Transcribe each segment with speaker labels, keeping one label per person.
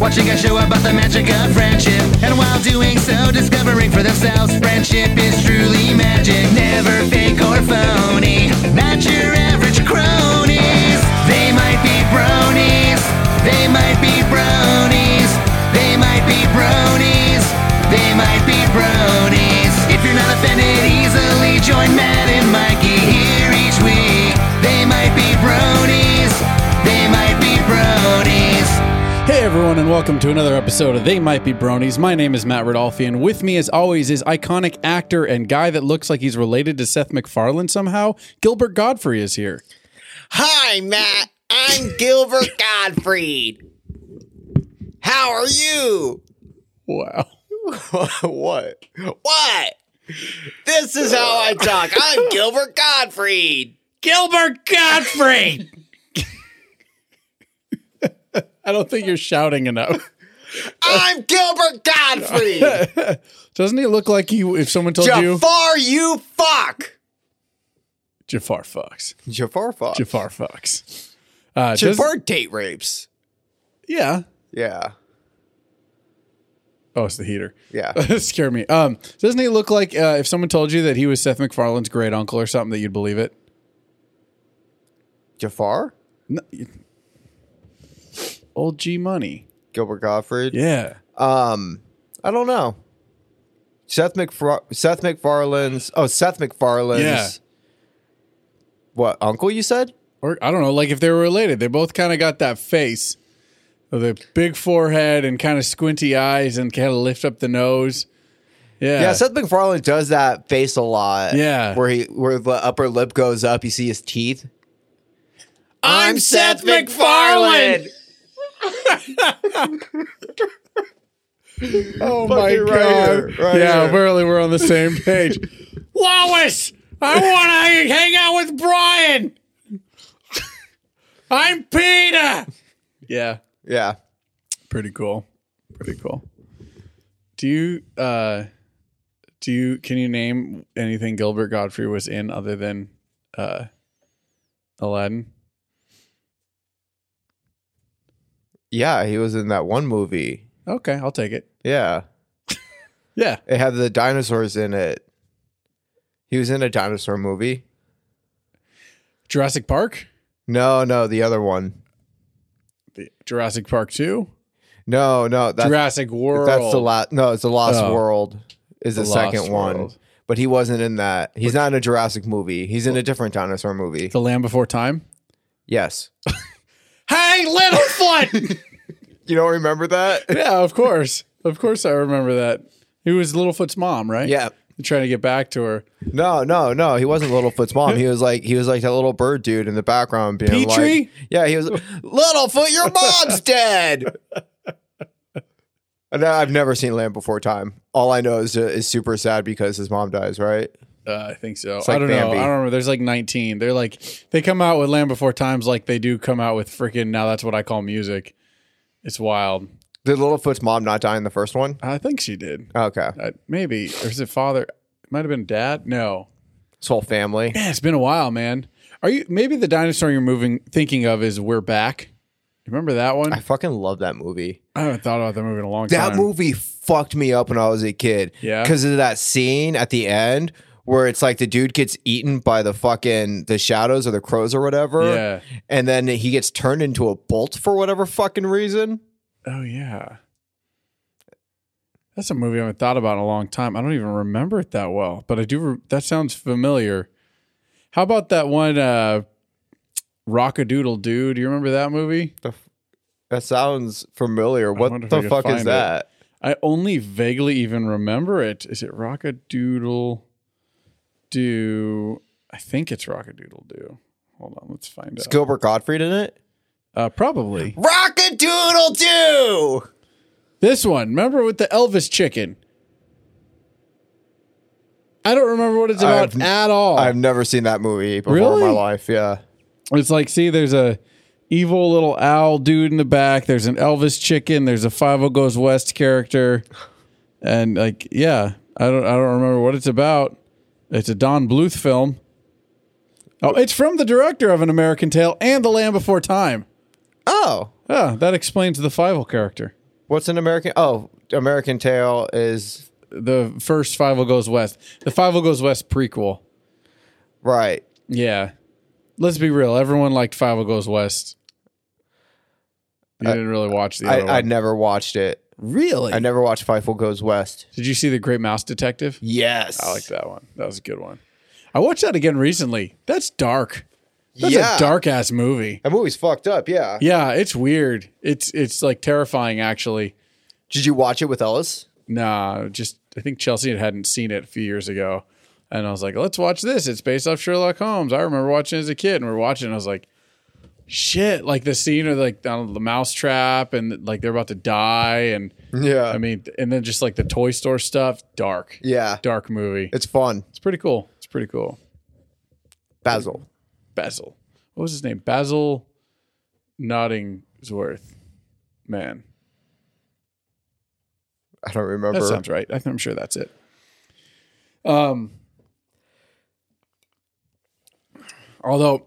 Speaker 1: Watching a show about the magic of friendship. And while doing so, discovering for themselves friendship is truly magic. Never fake or phony. Not your average cronies. They might be bronies. They might be bronies. They might be bronies. They might be bronies. If you're not offended easily, join Matt and Mikey here each week. They might be bronies. They might be bronies.
Speaker 2: Hey everyone, and welcome to another episode of They Might Be Bronies. My name is Matt Rodolphe, and with me, as always, is iconic actor and guy that looks like he's related to Seth MacFarlane somehow. Gilbert Godfrey is here.
Speaker 3: Hi, Matt. I'm Gilbert Gottfried. How are you?
Speaker 2: Wow.
Speaker 3: what? What? This is how I talk. I'm Gilbert Gottfried.
Speaker 2: Gilbert Godfrey. I don't think you're shouting enough.
Speaker 3: I'm Gilbert Gottfried.
Speaker 2: Doesn't he look like you? If someone told you
Speaker 3: Jafar, you fuck.
Speaker 2: Jafar Fox,
Speaker 3: Jafar fuck.
Speaker 2: Jafar Fox, uh, does-
Speaker 3: Jafar date rapes.
Speaker 2: yeah.
Speaker 3: Yeah.
Speaker 2: Oh, it's the heater.
Speaker 3: Yeah.
Speaker 2: scared me. Um, doesn't he look like uh, if someone told you that he was Seth MacFarlane's great uncle or something that you'd believe it?
Speaker 3: Jafar?
Speaker 2: No, you- old G Money.
Speaker 3: Gilbert Gottfried?
Speaker 2: Yeah.
Speaker 3: Um, I don't know. Seth McFar- Seth MacFarlane's oh Seth MacFarlane's
Speaker 2: Yeah.
Speaker 3: what uncle you said?
Speaker 2: Or I don't know, like if they were related, they both kind of got that face, with a big forehead and kind of squinty eyes and kind of lift up the nose. Yeah.
Speaker 3: Yeah. Seth MacFarlane does that face a lot.
Speaker 2: Yeah.
Speaker 3: where he where the upper lip goes up, you see his teeth.
Speaker 2: I'm Seth MacFarlane! oh my
Speaker 3: fucking right
Speaker 2: god.
Speaker 3: here, right
Speaker 2: yeah,
Speaker 3: here.
Speaker 2: apparently we're on the same page. Lois, I want to hang out with Brian. I'm Peter. Yeah.
Speaker 3: yeah,
Speaker 2: pretty cool pretty cool do you uh do you can you name anything gilbert godfrey was in other than uh aladdin
Speaker 3: yeah, he was in that one movie.
Speaker 2: okay i'll take it
Speaker 3: Yeah,
Speaker 2: yeah
Speaker 3: it had the dinosaurs in it. He was in a dinosaur movie.
Speaker 2: jurassic park
Speaker 3: No, no, the other one.
Speaker 2: the jurassic park 2
Speaker 3: No, no, that's
Speaker 2: jurassic world
Speaker 3: That's the last. No, it's the Lost
Speaker 2: Oh.
Speaker 3: World. Is the,
Speaker 2: The Lost
Speaker 3: second one,
Speaker 2: World.
Speaker 3: but he wasn't in that. He's not in a Jurassic movie. He's in a different dinosaur movie.
Speaker 2: the land before time
Speaker 3: Yes,
Speaker 2: hey littlefoot
Speaker 3: you don't remember that?
Speaker 2: yeah of course of course i remember that he was littlefoot's mom right
Speaker 3: Yeah.
Speaker 2: trying to get back to her
Speaker 3: No, no, no. He wasn't Littlefoot's mom. He was like he was like that little bird dude in the background being
Speaker 2: Petrie?
Speaker 3: like, yeah, he was Littlefoot. Your mom's dead. And I- I've never seen Land Before Time. All I know is uh, is super sad because his mom dies. Right?
Speaker 2: Uh, I think so.
Speaker 3: like
Speaker 2: I don't
Speaker 3: Bambi.
Speaker 2: know. I don't remember. There's like 19. They're like they come out with Land Before Times like they do come out with freaking now that's what I call music. It's wild.
Speaker 3: Did Littlefoot's mom not die in the first one?
Speaker 2: I think she did.
Speaker 3: Okay,
Speaker 2: Uh, maybe or is it father? It might have been dad. No.
Speaker 3: his whole family.
Speaker 2: Yeah, it's been a while, man. Are you maybe the dinosaur you're moving thinking of is We're Back? Remember that one?
Speaker 3: I
Speaker 2: I,
Speaker 3: fucking love that movie.
Speaker 2: haven't thought about that movie in a long
Speaker 3: That
Speaker 2: time.
Speaker 3: movie fucked me up when I was a kid.
Speaker 2: Yeah?
Speaker 3: Because of that scene at the end where it's like the dude gets eaten by the fucking the shadows or the crows or whatever.
Speaker 2: Yeah.
Speaker 3: And then he gets turned into a bolt for whatever fucking reason.
Speaker 2: Oh yeah. That's a movie I haven't thought about in a long time. I don't even remember it that well, but I do. Re- that sounds familiar. How about that one, uh, Rockadoodle Doo? Do you remember that movie?
Speaker 3: The f- that sounds familiar.
Speaker 2: wonder
Speaker 3: What
Speaker 2: if I
Speaker 3: the
Speaker 2: could
Speaker 3: fuck
Speaker 2: find
Speaker 3: is
Speaker 2: it.
Speaker 3: that?
Speaker 2: I only vaguely even remember it. Is it Rockadoodle Doo? I think it's Rockadoodle Doo. Hold on, let's find
Speaker 3: Is
Speaker 2: out.
Speaker 3: Gilbert Gottfried in it?
Speaker 2: Uh, probably
Speaker 3: Rock a doodle doo!
Speaker 2: this one. Remember with the Elvis chicken? I don't remember what it's about
Speaker 3: I've-
Speaker 2: at all.
Speaker 3: I've never seen that movie before
Speaker 2: Really?
Speaker 3: in my life. Yeah.
Speaker 2: It's like, see, there's a evil little owl dude in the back. There's an Elvis chicken. There's a Five O Goes West character, and like, yeah, I don't, I don't remember what it's about. It's a Don Bluth film. Oh, it's from the director of An American Tale and The Land Before Time.
Speaker 3: Oh.
Speaker 2: Ah, that explains the Five O character.
Speaker 3: What's an American? Oh, American Tail is
Speaker 2: The first Five O Goes West. The Five O Goes West prequel.
Speaker 3: right.
Speaker 2: Yeah. Let's be real. Everyone liked Five O Goes West. You didn't really watch the other one.
Speaker 3: I, I never watched it.
Speaker 2: really?
Speaker 3: I never watched Fifo Goes West.
Speaker 2: Did you see The Great Mouse Detective?
Speaker 3: Yes,
Speaker 2: I like that one. That was a good one. I watched that again recently. That's dark. That's
Speaker 3: Yeah.
Speaker 2: a dark ass movie.
Speaker 3: That movie's fucked up. Yeah.
Speaker 2: Yeah, it's weird. It's it's like terrifying actually.
Speaker 3: Did you watch it with Ellis?
Speaker 2: Nah, just I think Chelsea had- hadn't seen it a few years ago. And I was like, let's watch this. It's based off Sherlock Holmes. I remember watching it as a kid and we are watching it, and I was like, shit, like the scene of like down the mouse trap and like they're about to die and
Speaker 3: Yeah.
Speaker 2: I mean and then just like the toy store stuff, dark.
Speaker 3: yeah.
Speaker 2: Dark movie.
Speaker 3: It's fun.
Speaker 2: It's pretty cool. It's pretty cool.
Speaker 3: Basil.
Speaker 2: Basil. What was his name? Basil Nottingsworth. Man,
Speaker 3: I don't
Speaker 2: that
Speaker 3: remember.
Speaker 2: sounds right. I think- I'm sure that's it. Um, although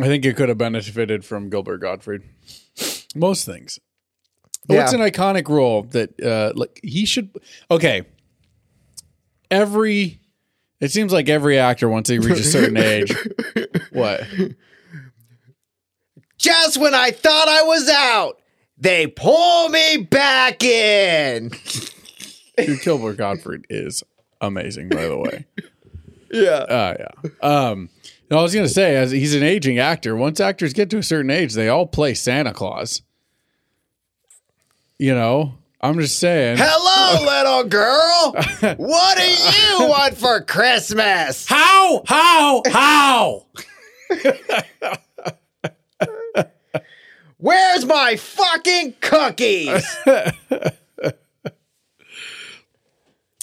Speaker 2: I think it could have benefited from Gilbert Gottfried. Most things. But What's
Speaker 3: Yeah.
Speaker 2: an iconic role that uh, like he should? Okay, every. It seems like every actor once they reach a certain age. What?
Speaker 3: Just when I thought I was out, they pull me back in.
Speaker 2: Dude, Gilbert Gottfried is amazing, by the way.
Speaker 3: Yeah.
Speaker 2: Uh, yeah. Um, no, I was going to say, as he's an aging actor. Once actors get to a certain age, they all play Santa Claus. You know, I'm just saying.
Speaker 3: Hello, little girl. What do you want for Christmas?
Speaker 2: How? How? How?
Speaker 3: Where's my fucking cookies?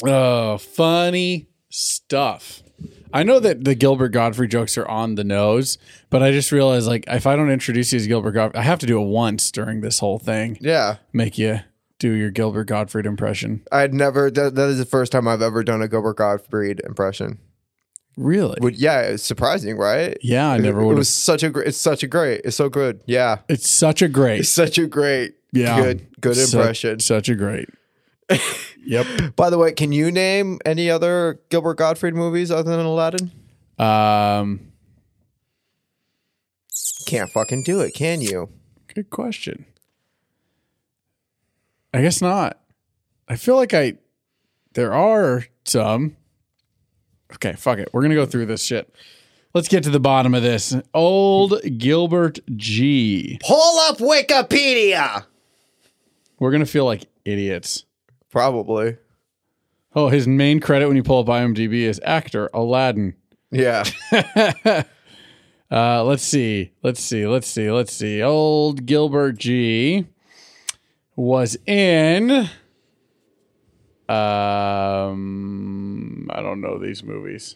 Speaker 2: Oh, funny stuff. I know that the Gilbert Godfrey jokes are on the nose, but I just realized, like, if I don't introduce you as Gilbert Godfrey, I have to do it once during this whole thing.
Speaker 3: Yeah.
Speaker 2: Make you do your Gilbert Gottfried impression.
Speaker 3: I'd never, that, that is the first time I've ever done a Gilbert Gottfried impression.
Speaker 2: Really?
Speaker 3: But yeah, it's surprising, right?
Speaker 2: yeah, I never
Speaker 3: It
Speaker 2: would have.
Speaker 3: was such a great, it's such a great, it's so good. Yeah.
Speaker 2: It's such a great.
Speaker 3: It's such a great,
Speaker 2: Yeah.
Speaker 3: good, good
Speaker 2: Such-
Speaker 3: impression.
Speaker 2: Such, a great. yep.
Speaker 3: By the way, can you name any other Gilbert Gottfried movies other than Aladdin?
Speaker 2: Um,
Speaker 3: Can't fucking do it, can you?
Speaker 2: good question. I guess not. I feel like I there are some. Okay, fuck it. We're gonna go through this shit. Let's get to the bottom of this. Old Gilbert G.
Speaker 3: Pull up Wikipedia.
Speaker 2: We're gonna feel like idiots.
Speaker 3: Probably.
Speaker 2: Oh, his main credit when you pull up IMDb is actor Aladdin.
Speaker 3: Yeah.
Speaker 2: Uh, let's see. Let's see. Let's see. Let's see. Old Gilbert G was in. Um, I don't know these movies.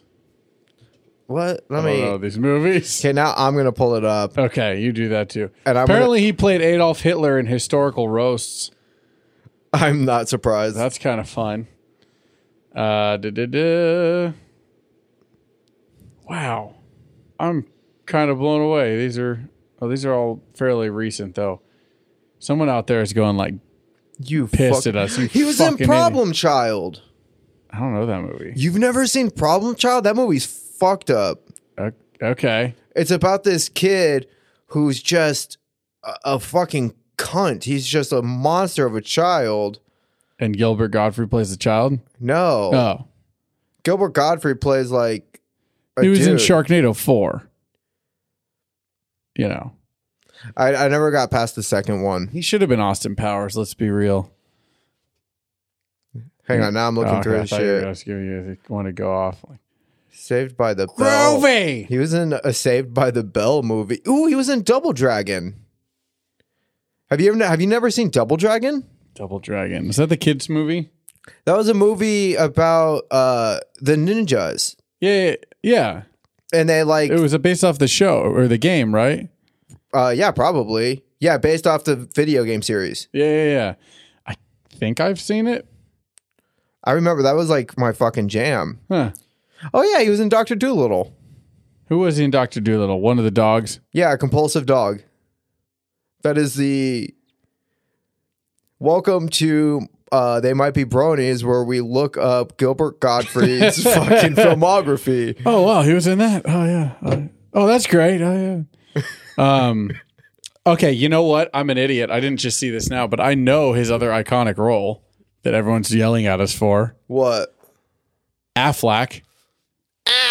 Speaker 3: what? Let
Speaker 2: I don't know
Speaker 3: me.
Speaker 2: these movies.
Speaker 3: Okay, now I'm gonna pull it up.
Speaker 2: Okay, you do that too.
Speaker 3: And I'm
Speaker 2: Apparently, he played Adolf Hitler in historical roasts.
Speaker 3: I'm not surprised.
Speaker 2: That's kind of fun. Uh, da-da-da. Wow, I'm kind of blown away. These are oh, these are all fairly recent though. Someone out there is going like,
Speaker 3: you
Speaker 2: pissed at us, you
Speaker 3: he was in
Speaker 2: fucking
Speaker 3: Problem Child.
Speaker 2: I don't know that movie.
Speaker 3: You've never seen Problem Child? That movie's fucked up.
Speaker 2: O- Okay,
Speaker 3: It's about this kid who's just a, a fucking cunt. He's just a monster of a child.
Speaker 2: and Gilbert Godfrey plays the child.
Speaker 3: No,
Speaker 2: Oh,
Speaker 3: Gilbert Godfrey plays like. a
Speaker 2: he was in
Speaker 3: dude.
Speaker 2: Sharknado four. You know,
Speaker 3: I, I never got past the second one.
Speaker 2: he should have been Austin Powers. Let's be real.
Speaker 3: Hang on, now I'm looking
Speaker 2: Oh, okay,
Speaker 3: through
Speaker 2: I
Speaker 3: his
Speaker 2: thought you were
Speaker 3: shit.
Speaker 2: gonna give you want to go off. Like,
Speaker 3: Saved by the Bell.
Speaker 2: Groovy.
Speaker 3: He was in a Saved by the Bell movie. Ooh, he was in Double Dragon. Have you ever have you never seen Double Dragon?
Speaker 2: Double Dragon. Is that the kids movie?
Speaker 3: That was a movie about uh the ninjas.
Speaker 2: Yeah, yeah, yeah.
Speaker 3: And they like
Speaker 2: It was a based off the show or the game, right?
Speaker 3: uh yeah, probably. Yeah, based off the video game series.
Speaker 2: Yeah, yeah, yeah. I think I've seen it.
Speaker 3: I remember that was like my fucking jam.
Speaker 2: Huh.
Speaker 3: Oh yeah, he was in Doctor Doolittle.
Speaker 2: Who was he in Doctor Doolittle? One of the dogs.
Speaker 3: Yeah, compulsive dog. That is the Welcome to uh, They Might Be Bronies, where we look up Gilbert Gottfried's fucking filmography.
Speaker 2: Oh wow, he was in that. Oh yeah. Oh, oh, that's great. Oh yeah. Um, okay, you know what? I'm an idiot. I didn't just see this now, but I know his other iconic role that everyone's yelling at us for.
Speaker 3: What?
Speaker 2: Affleck. Affleck.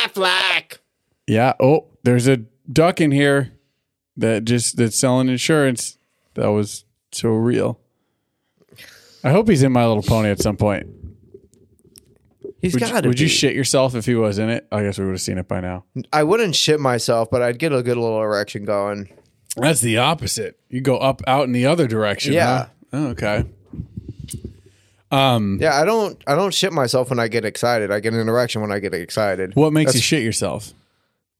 Speaker 2: Yeah. Oh, there's a duck in here that just that's selling insurance. That was so real. I hope he's in My Little Pony at some point.
Speaker 3: He's
Speaker 2: Would, you-
Speaker 3: got to.
Speaker 2: would you shit yourself if he was in it? I guess we would have seen it by now.
Speaker 3: I wouldn't shit myself, but I'd get a good little erection going.
Speaker 2: That's the opposite. You go up out in the other direction.
Speaker 3: Yeah.
Speaker 2: huh? Oh, okay. Um,
Speaker 3: Yeah, I don't. I don't shit myself when I get excited. I get an erection when I get excited.
Speaker 2: What makes you
Speaker 3: That's
Speaker 2: shit yourself?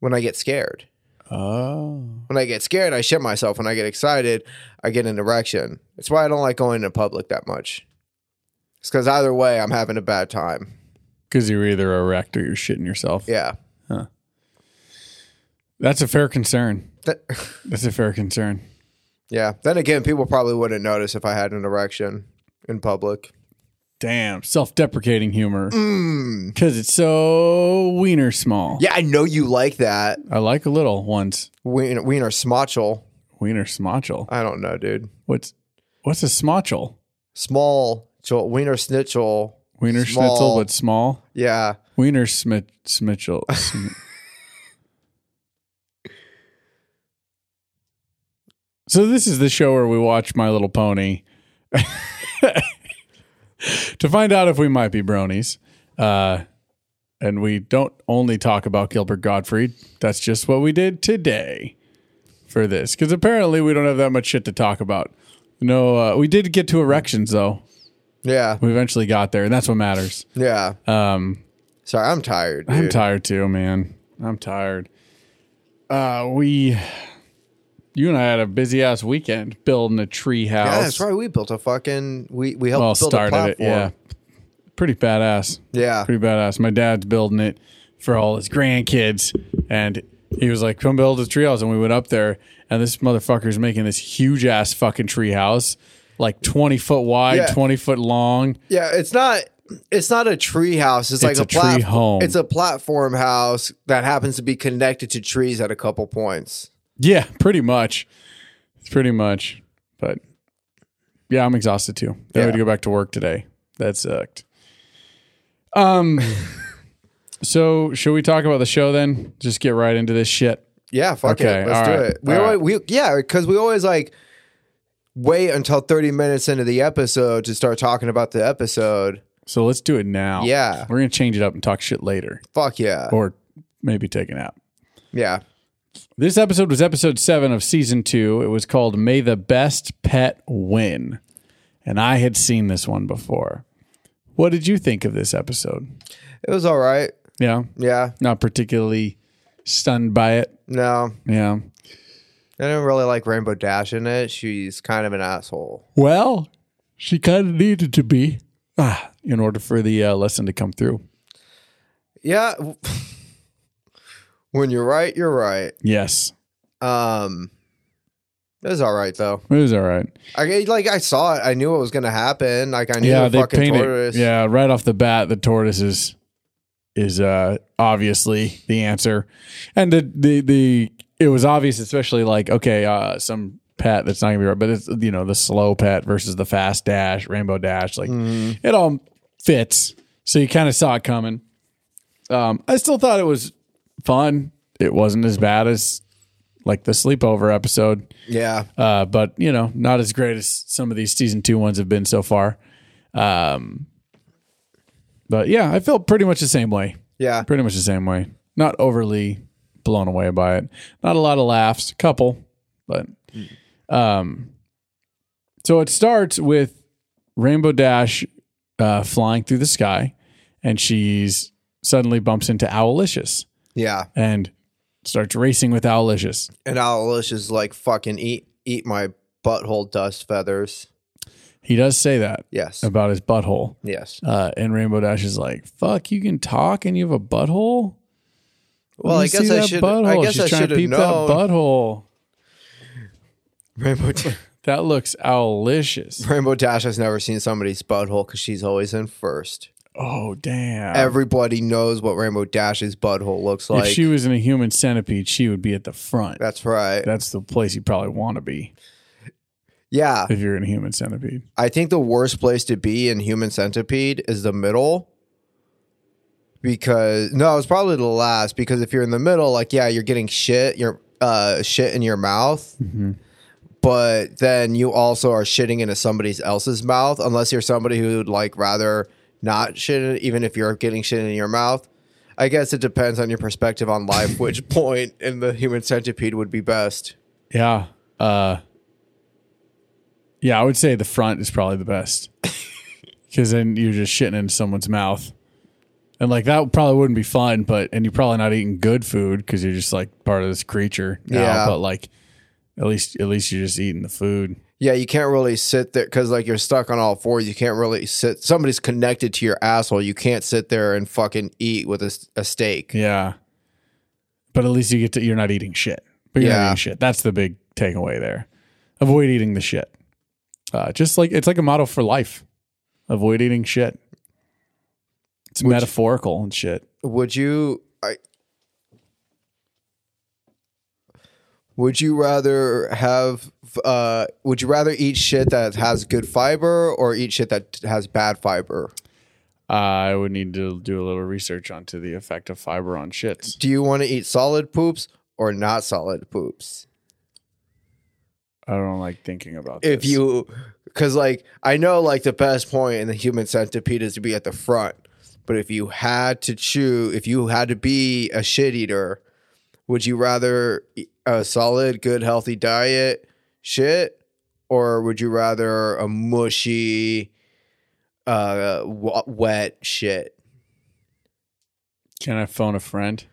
Speaker 3: when I get scared?
Speaker 2: Oh.
Speaker 3: When I get scared, I shit myself. When I get excited, I get an erection. That's why I don't like going to public that much. It's because either way, I'm having a bad time.
Speaker 2: Because you're either erect or you're shitting yourself.
Speaker 3: Yeah.
Speaker 2: That's a fair concern.
Speaker 3: That-
Speaker 2: That's a fair concern.
Speaker 3: yeah. Then again, people probably wouldn't notice if I had an erection in public.
Speaker 2: Damn. Self deprecating humor. Because it's so wiener small.
Speaker 3: Mm. Hmm. Yeah, I know you like that.
Speaker 2: I like a little ones.
Speaker 3: Wiener, wiener smotchel.
Speaker 2: Wiener smotchel.
Speaker 3: I don't know, dude.
Speaker 2: What's what's a smotchel?
Speaker 3: Small, chol- wiener snitchel.
Speaker 2: Wiener schnitzel,
Speaker 3: Small.
Speaker 2: but small.
Speaker 3: Yeah.
Speaker 2: Wiener smit smitchel. sm- so this is the show where we watch My Little Pony to find out if we might be bronies. Uh, and we don't only talk about Gilbert Gottfried. That's just what we did today for this, because apparently we don't have that much shit to talk about. No, uh, we did get to erections though.
Speaker 3: Yeah.
Speaker 2: We eventually got there, and that's what matters.
Speaker 3: Yeah.
Speaker 2: Um,
Speaker 3: Sorry, I'm tired. Dude.
Speaker 2: I'm tired too, man. I'm tired. Uh, we, you and I had a busy ass weekend building a tree house.
Speaker 3: Yeah, that's right. We built a fucking we we helped
Speaker 2: Well,
Speaker 3: build a
Speaker 2: started
Speaker 3: platform.
Speaker 2: it. Yeah, pretty badass.
Speaker 3: Yeah.
Speaker 2: Pretty badass. My dad's building it for all his grandkids, and he was like, "Come build a tree house." And we went up there, and this motherfucker's making this huge ass fucking tree house, like twenty foot wide,
Speaker 3: Yeah.
Speaker 2: twenty foot long.
Speaker 3: Yeah, it's not it's not a tree house. It's, like
Speaker 2: It's
Speaker 3: a,
Speaker 2: a tree
Speaker 3: plat-
Speaker 2: home.
Speaker 3: It's a platform house that happens to be connected to trees at a couple points.
Speaker 2: Yeah, pretty much. Pretty much. But yeah, I'm exhausted too. I had
Speaker 3: Yeah.
Speaker 2: to go back to work today. That sucked. Um so should we talk about the show then? Just get right into this shit.
Speaker 3: Yeah, fuck
Speaker 2: Okay,
Speaker 3: it. Let's
Speaker 2: all
Speaker 3: do
Speaker 2: right,
Speaker 3: it. We
Speaker 2: all
Speaker 3: always, we yeah, because we always like wait until 30 minutes into the episode to start talking about the episode.
Speaker 2: So let's do it now.
Speaker 3: Yeah.
Speaker 2: We're gonna change it up and talk shit later.
Speaker 3: Fuck yeah.
Speaker 2: Or maybe take a nap.
Speaker 3: Yeah.
Speaker 2: This episode was episode seven of season two. It was called May the Best Pet Win. And I had seen this one before. What did you think of this episode?
Speaker 3: It was all right.
Speaker 2: Yeah.
Speaker 3: Yeah.
Speaker 2: not particularly stunned by it.
Speaker 3: No.
Speaker 2: Yeah.
Speaker 3: I didn't really like Rainbow Dash in it. She's kind of an asshole.
Speaker 2: Well, she kind of needed to be ah, in order for the uh, lesson to come through.
Speaker 3: Yeah. when you're right, you're right.
Speaker 2: Yes,
Speaker 3: Um, it was all right though.
Speaker 2: it was all right.
Speaker 3: I like I saw it. I knew what was gonna happen. Like I knew
Speaker 2: Yeah,
Speaker 3: the
Speaker 2: they
Speaker 3: fucking
Speaker 2: painted.
Speaker 3: tortoise.
Speaker 2: Yeah, right off the bat, the tortoise is is uh, obviously the answer, and the the the it was obvious, especially like okay, uh, some pet that's not gonna be right, but it's you know the slow pet versus the fast dash, rainbow dash, like
Speaker 3: Mm-hmm.
Speaker 2: it all fits. So you kind of saw it coming. Um, I still thought it was fun. It wasn't as bad as like the sleepover episode
Speaker 3: yeah,
Speaker 2: uh, but you know, not as great as some of these season two ones have been so far. Um, but yeah, I felt pretty much the same way.
Speaker 3: yeah.
Speaker 2: Pretty much the same way. Not overly blown away by it. Not a lot of laughs, a couple, but um, so it starts with Rainbow Dash uh, flying through the sky, and she's suddenly bumps into Owlicious
Speaker 3: yeah.
Speaker 2: and starts racing with Owlicious.
Speaker 3: And Owlish is like fucking eat eat my butthole dust feathers.
Speaker 2: He does say that
Speaker 3: Yes,
Speaker 2: about his butthole.
Speaker 3: yes.
Speaker 2: Um, Uh, and Rainbow Dash is like, "Fuck, you can talk and you have a butthole." Let
Speaker 3: Well,
Speaker 2: me
Speaker 3: I guess
Speaker 2: see
Speaker 3: I
Speaker 2: that
Speaker 3: should.
Speaker 2: Butthole.
Speaker 3: I guess
Speaker 2: She's
Speaker 3: I
Speaker 2: trying
Speaker 3: should
Speaker 2: to
Speaker 3: have
Speaker 2: peep that
Speaker 3: known.
Speaker 2: butthole.
Speaker 3: Rainbow Dash.
Speaker 2: That looks owlicious.
Speaker 3: Rainbow Dash has never seen somebody's butthole because she's always in first.
Speaker 2: Oh damn!
Speaker 3: Everybody knows what Rainbow Dash's butthole looks
Speaker 2: if
Speaker 3: like.
Speaker 2: she was in a human centipede, she would be at the front.
Speaker 3: That's right.
Speaker 2: That's the place you probably want to be
Speaker 3: yeah.
Speaker 2: if you're in a human centipede.
Speaker 3: I think the worst place to be in Human Centipede is the middle. Because no, it's probably the last. Because if you're in the middle, like yeah, you're getting shit, your uh, shit in your mouth, but then you also are shitting into somebody else's mouth. Unless you're somebody who'd like rather not shit, even if you're getting shit in your mouth. I guess it depends on your perspective on life, which point in the Human Centipede would be best.
Speaker 2: Yeah. Uh, yeah, I would say the front is probably the best because then you're just shitting into someone's mouth. And like that probably wouldn't be fun, but and you're probably not eating good food because you're just like part of this creature. Now,
Speaker 3: Yeah.
Speaker 2: But like, at least at least you're just eating the food.
Speaker 3: Yeah, you can't really sit there because like you're stuck on all fours. You can't really sit. Somebody's connected to your asshole. You can't sit there and fucking eat with a, s- a steak.
Speaker 2: Yeah. But at least you get to you're not eating shit. But you're not
Speaker 3: Yeah.
Speaker 2: eating shit. That's the big takeaway there. Avoid eating the shit. Uh, just like it's like a motto for life. Avoid eating shit. It's metaphorical and shit.
Speaker 3: Would you? I, would you rather have? Uh, would you rather eat shit that has good fiber or eat shit that has bad fiber?
Speaker 2: I would need to do a little research onto the effect of fiber on shits.
Speaker 3: Do you want to eat solid poops or not solid poops?
Speaker 2: I don't like thinking about
Speaker 3: if
Speaker 2: this.
Speaker 3: you because like i know like the best point in the human centipede is to be at the front but if you had to choose if you had to be a shit eater would you rather eat a solid good healthy diet shit or would you rather a mushy uh w- wet shit
Speaker 2: can I phone a friend,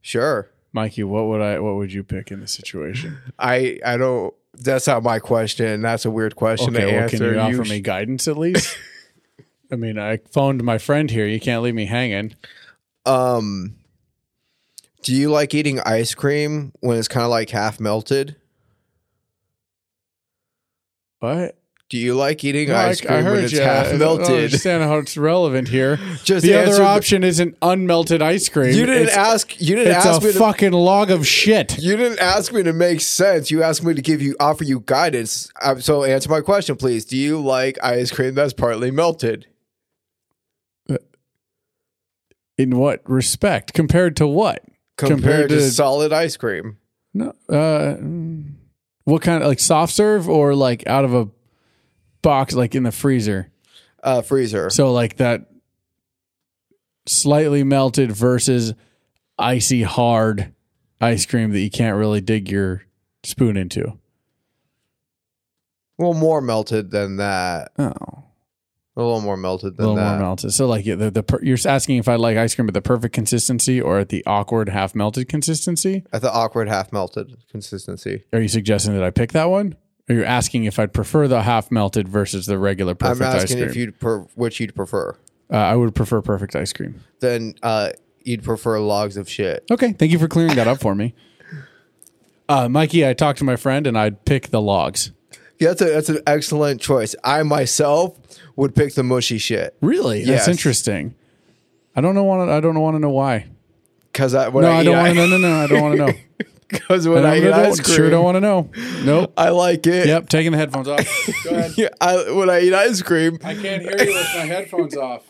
Speaker 3: sure
Speaker 2: Mikey? What would I? What would you pick in this situation?
Speaker 3: i i don't that's not my question that's a weird question to answer
Speaker 2: can you offer
Speaker 3: sh-
Speaker 2: me guidance at least? I mean, I phoned my friend here. You can't leave me hanging.
Speaker 3: Um, do you like eating ice cream when it's kind of like half melted?
Speaker 2: What?
Speaker 3: Do you like eating
Speaker 2: No, I,
Speaker 3: ice
Speaker 2: I
Speaker 3: cream when
Speaker 2: heard Oh,
Speaker 3: it's
Speaker 2: you. I
Speaker 3: half
Speaker 2: don't- I don't
Speaker 3: melted?
Speaker 2: understand how it's relevant here.
Speaker 3: Just
Speaker 2: the other
Speaker 3: answer the-
Speaker 2: option isn't unmelted ice cream.
Speaker 3: You didn't
Speaker 2: It's-
Speaker 3: ask. You didn't
Speaker 2: It's
Speaker 3: ask me.
Speaker 2: a
Speaker 3: To,
Speaker 2: fucking log of shit.
Speaker 3: you didn't ask me to make sense. You asked me to give you offer you guidance. Um, so answer my question, please. Do you like ice cream that's partly melted?
Speaker 2: In what respect? Compared to what?
Speaker 3: Compared,
Speaker 2: Compared
Speaker 3: to,
Speaker 2: to-
Speaker 3: solid ice cream,
Speaker 2: No. Uh, mm, what kind of like soft serve or like out of a box, like in the freezer?
Speaker 3: uh, freezer.
Speaker 2: So like that slightly melted versus icy hard ice cream that you can't really dig your spoon into.
Speaker 3: well, more melted than that.
Speaker 2: Oh.
Speaker 3: A little more melted
Speaker 2: a
Speaker 3: than
Speaker 2: little
Speaker 3: that.
Speaker 2: more melted. So like the, the per- you're asking if I like ice cream at the perfect consistency or at the awkward half melted consistency.
Speaker 3: At the awkward half melted consistency.
Speaker 2: Are you suggesting that I pick that one? Or you're asking if I'd prefer the half melted versus the regular perfect
Speaker 3: I'm
Speaker 2: ice
Speaker 3: asking
Speaker 2: cream?
Speaker 3: if you'd per- which you'd prefer.
Speaker 2: uh, I would prefer perfect ice cream.
Speaker 3: then uh, you'd prefer logs of shit.
Speaker 2: Okay, thank you for clearing that up for me. Uh, Mikey, I talked to my friend and I'd pick the logs.
Speaker 3: Yeah, that's a, that's an excellent choice. I myself would pick the mushy shit
Speaker 2: Really?
Speaker 3: Yes.
Speaker 2: That's interesting. I don't know want to, I don't want to know why.
Speaker 3: because I when
Speaker 2: No,
Speaker 3: I,
Speaker 2: I
Speaker 3: eat
Speaker 2: don't want
Speaker 3: I-
Speaker 2: to know. No, no, I don't want to know.
Speaker 3: Because when
Speaker 2: And
Speaker 3: I
Speaker 2: I
Speaker 3: eat ice
Speaker 2: don't,
Speaker 3: cream,
Speaker 2: sure don't want to know. Nope.
Speaker 3: I like it.
Speaker 2: Yep, taking the headphones off. Go ahead.
Speaker 3: Yeah, I, when I eat ice cream,
Speaker 2: I can't hear you with my headphones off.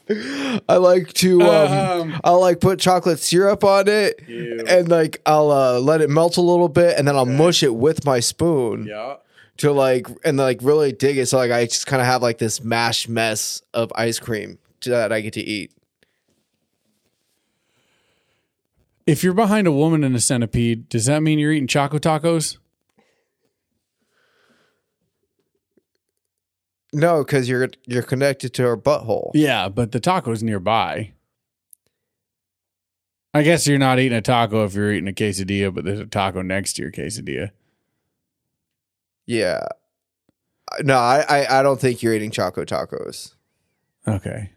Speaker 3: I like to um,
Speaker 2: Um.
Speaker 3: I'll like put chocolate syrup on it, and like I'll uh, let it melt a little bit, and then I'll mush it with my spoon
Speaker 2: Yeah.
Speaker 3: to like and like really dig it. So like I just kind of have like this mashed mess of ice cream that I get to eat.
Speaker 2: If you're behind a woman in a centipede, does that mean you're eating choco tacos?
Speaker 3: No, because you're you're connected to her butthole.
Speaker 2: Yeah, but the taco's nearby. I guess you're not eating a taco if you're eating a quesadilla, but there's a taco next to your quesadilla.
Speaker 3: Yeah. No, I, I, I don't think you're eating Choco Tacos.
Speaker 2: Okay.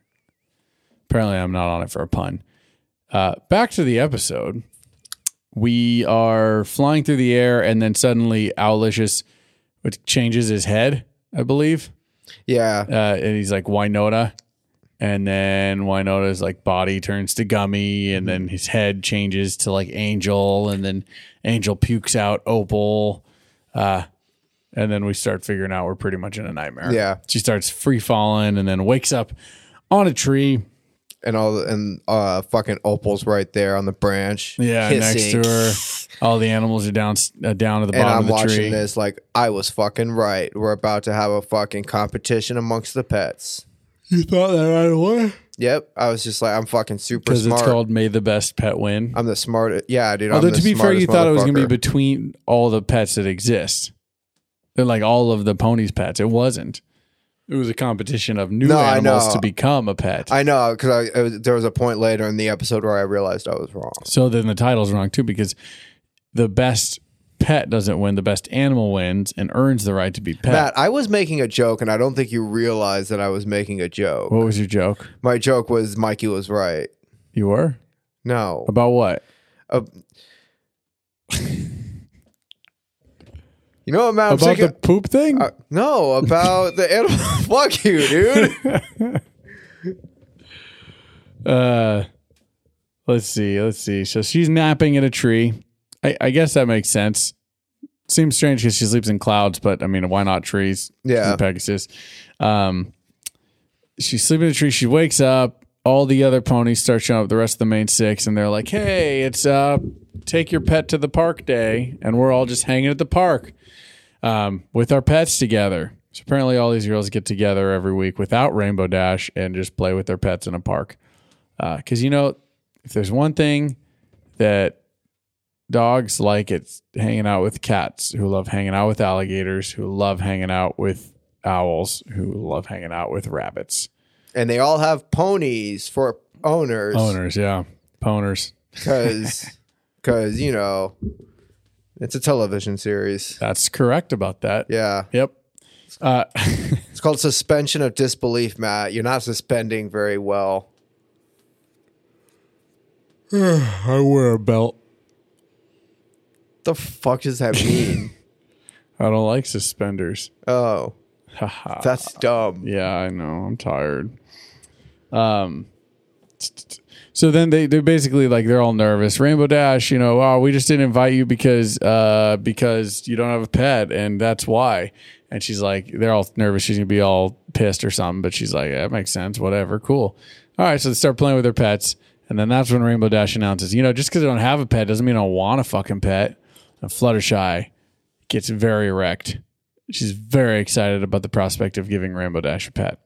Speaker 2: Apparently, I'm not on it for a pun. Uh, back to the episode. We are flying through the air, and then suddenly, Owlicious which changes his head, I believe.
Speaker 3: Yeah.
Speaker 2: Uh, and he's like Winona, and then Winona's like body turns to gummy, and then his head changes to like Angel, and then Angel pukes out Opal. Uh, and then we start figuring out we're pretty much in a nightmare.
Speaker 3: Yeah.
Speaker 2: She starts free falling and then wakes up on a tree.
Speaker 3: And all the, and uh fucking opals right there on the branch.
Speaker 2: Yeah,
Speaker 3: kissing.
Speaker 2: next to her. All the animals are down uh, down to the
Speaker 3: And
Speaker 2: bottom
Speaker 3: I'm
Speaker 2: of the
Speaker 3: watching
Speaker 2: tree.
Speaker 3: this like I was fucking right. We're about to have a fucking competition amongst the pets.
Speaker 2: You thought that right away?
Speaker 3: Yep. I was just like, I'm fucking super
Speaker 2: Because
Speaker 3: smart.
Speaker 2: it's called May the Best Pet Win.
Speaker 3: I'm the smartest. Yeah, dude.
Speaker 2: Although
Speaker 3: I'm the
Speaker 2: to be fair, you
Speaker 3: smartest
Speaker 2: thought it was going to be
Speaker 3: motherfucker.
Speaker 2: between all the pets that exist. They're like all of the ponies' pets. It wasn't. It was a competition of new
Speaker 3: No, I
Speaker 2: animals
Speaker 3: know.
Speaker 2: to become a pet.
Speaker 3: I know because I, I was, there was a point later in the episode where I realized I was wrong.
Speaker 2: so then the title's wrong too because the best pet doesn't win. The best animal wins and earns the right to be pet.
Speaker 3: Matt, I was making a joke, and I don't think you realized that I was making a joke.
Speaker 2: what was your joke?
Speaker 3: My joke was Mikey was right.
Speaker 2: You were
Speaker 3: No,
Speaker 2: about what?
Speaker 3: Uh, you know what, Matt? I'm
Speaker 2: about
Speaker 3: thinking,
Speaker 2: the poop thing?
Speaker 3: uh, no, about the animal. Fuck you, dude.
Speaker 2: Uh, let's see, let's see. So she's napping in a tree. I, I guess that makes sense. Seems strange because she sleeps in clouds, but I mean, why not trees?
Speaker 3: Yeah.
Speaker 2: She's a Pegasus. Um, she's sleeping in a tree. She wakes up. All the other ponies start showing up. The rest of the main six, and they're like, "Hey, it's uh, take your pet to the park day," and we're all just hanging at the park um, with our pets together. So apparently, all these girls get together every week without Rainbow Dash and just play with their pets in a park. Because you know, if there's one thing that dogs like, it's hanging out with cats who love hanging out with alligators, who love hanging out with owls, who love hanging out with rabbits.
Speaker 3: and they all have ponies for owners.
Speaker 2: Owners, yeah, poners.
Speaker 3: because because you know it's a television series
Speaker 2: That's correct about that.
Speaker 3: yeah
Speaker 2: Yep. Uh,
Speaker 3: it's called suspension of disbelief matt you're not suspending very well
Speaker 2: I wear a belt.
Speaker 3: the fuck does that mean
Speaker 2: I don't like suspenders.
Speaker 3: oh
Speaker 2: Haha.
Speaker 3: that's dumb
Speaker 2: Yeah, I know. I'm tired. Um, so then they they're basically like they're all nervous. Rainbow Dash, you know, oh, we just didn't invite you because uh because you don't have a pet and that's why. And she's like, they're all nervous. She's gonna be all pissed or something. But she's like, yeah, that makes sense. Whatever, cool. All right, so they start playing with their pets, and then that's when Rainbow Dash announces, you know, just because I don't have a pet doesn't mean I don't want a fucking pet. And Fluttershy gets very erect. She's very excited about the prospect of giving Rainbow Dash a pet.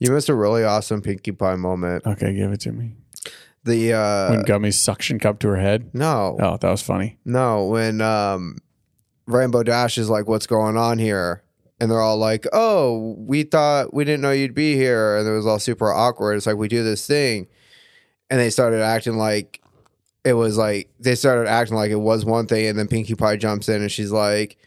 Speaker 3: you missed a really awesome pinkie pie moment
Speaker 2: Okay, give it to me.
Speaker 3: the
Speaker 2: When
Speaker 3: uh
Speaker 2: Gummy's suction cup to her head.
Speaker 3: no
Speaker 2: Oh, that was funny.
Speaker 3: no when um rainbow dash is like what's going on here and they're all like oh we thought we didn't know you'd be here and it was all super awkward it's like we do this thing and they started acting like it was like they started acting like it was one thing and then pinkie pie jumps in and she's like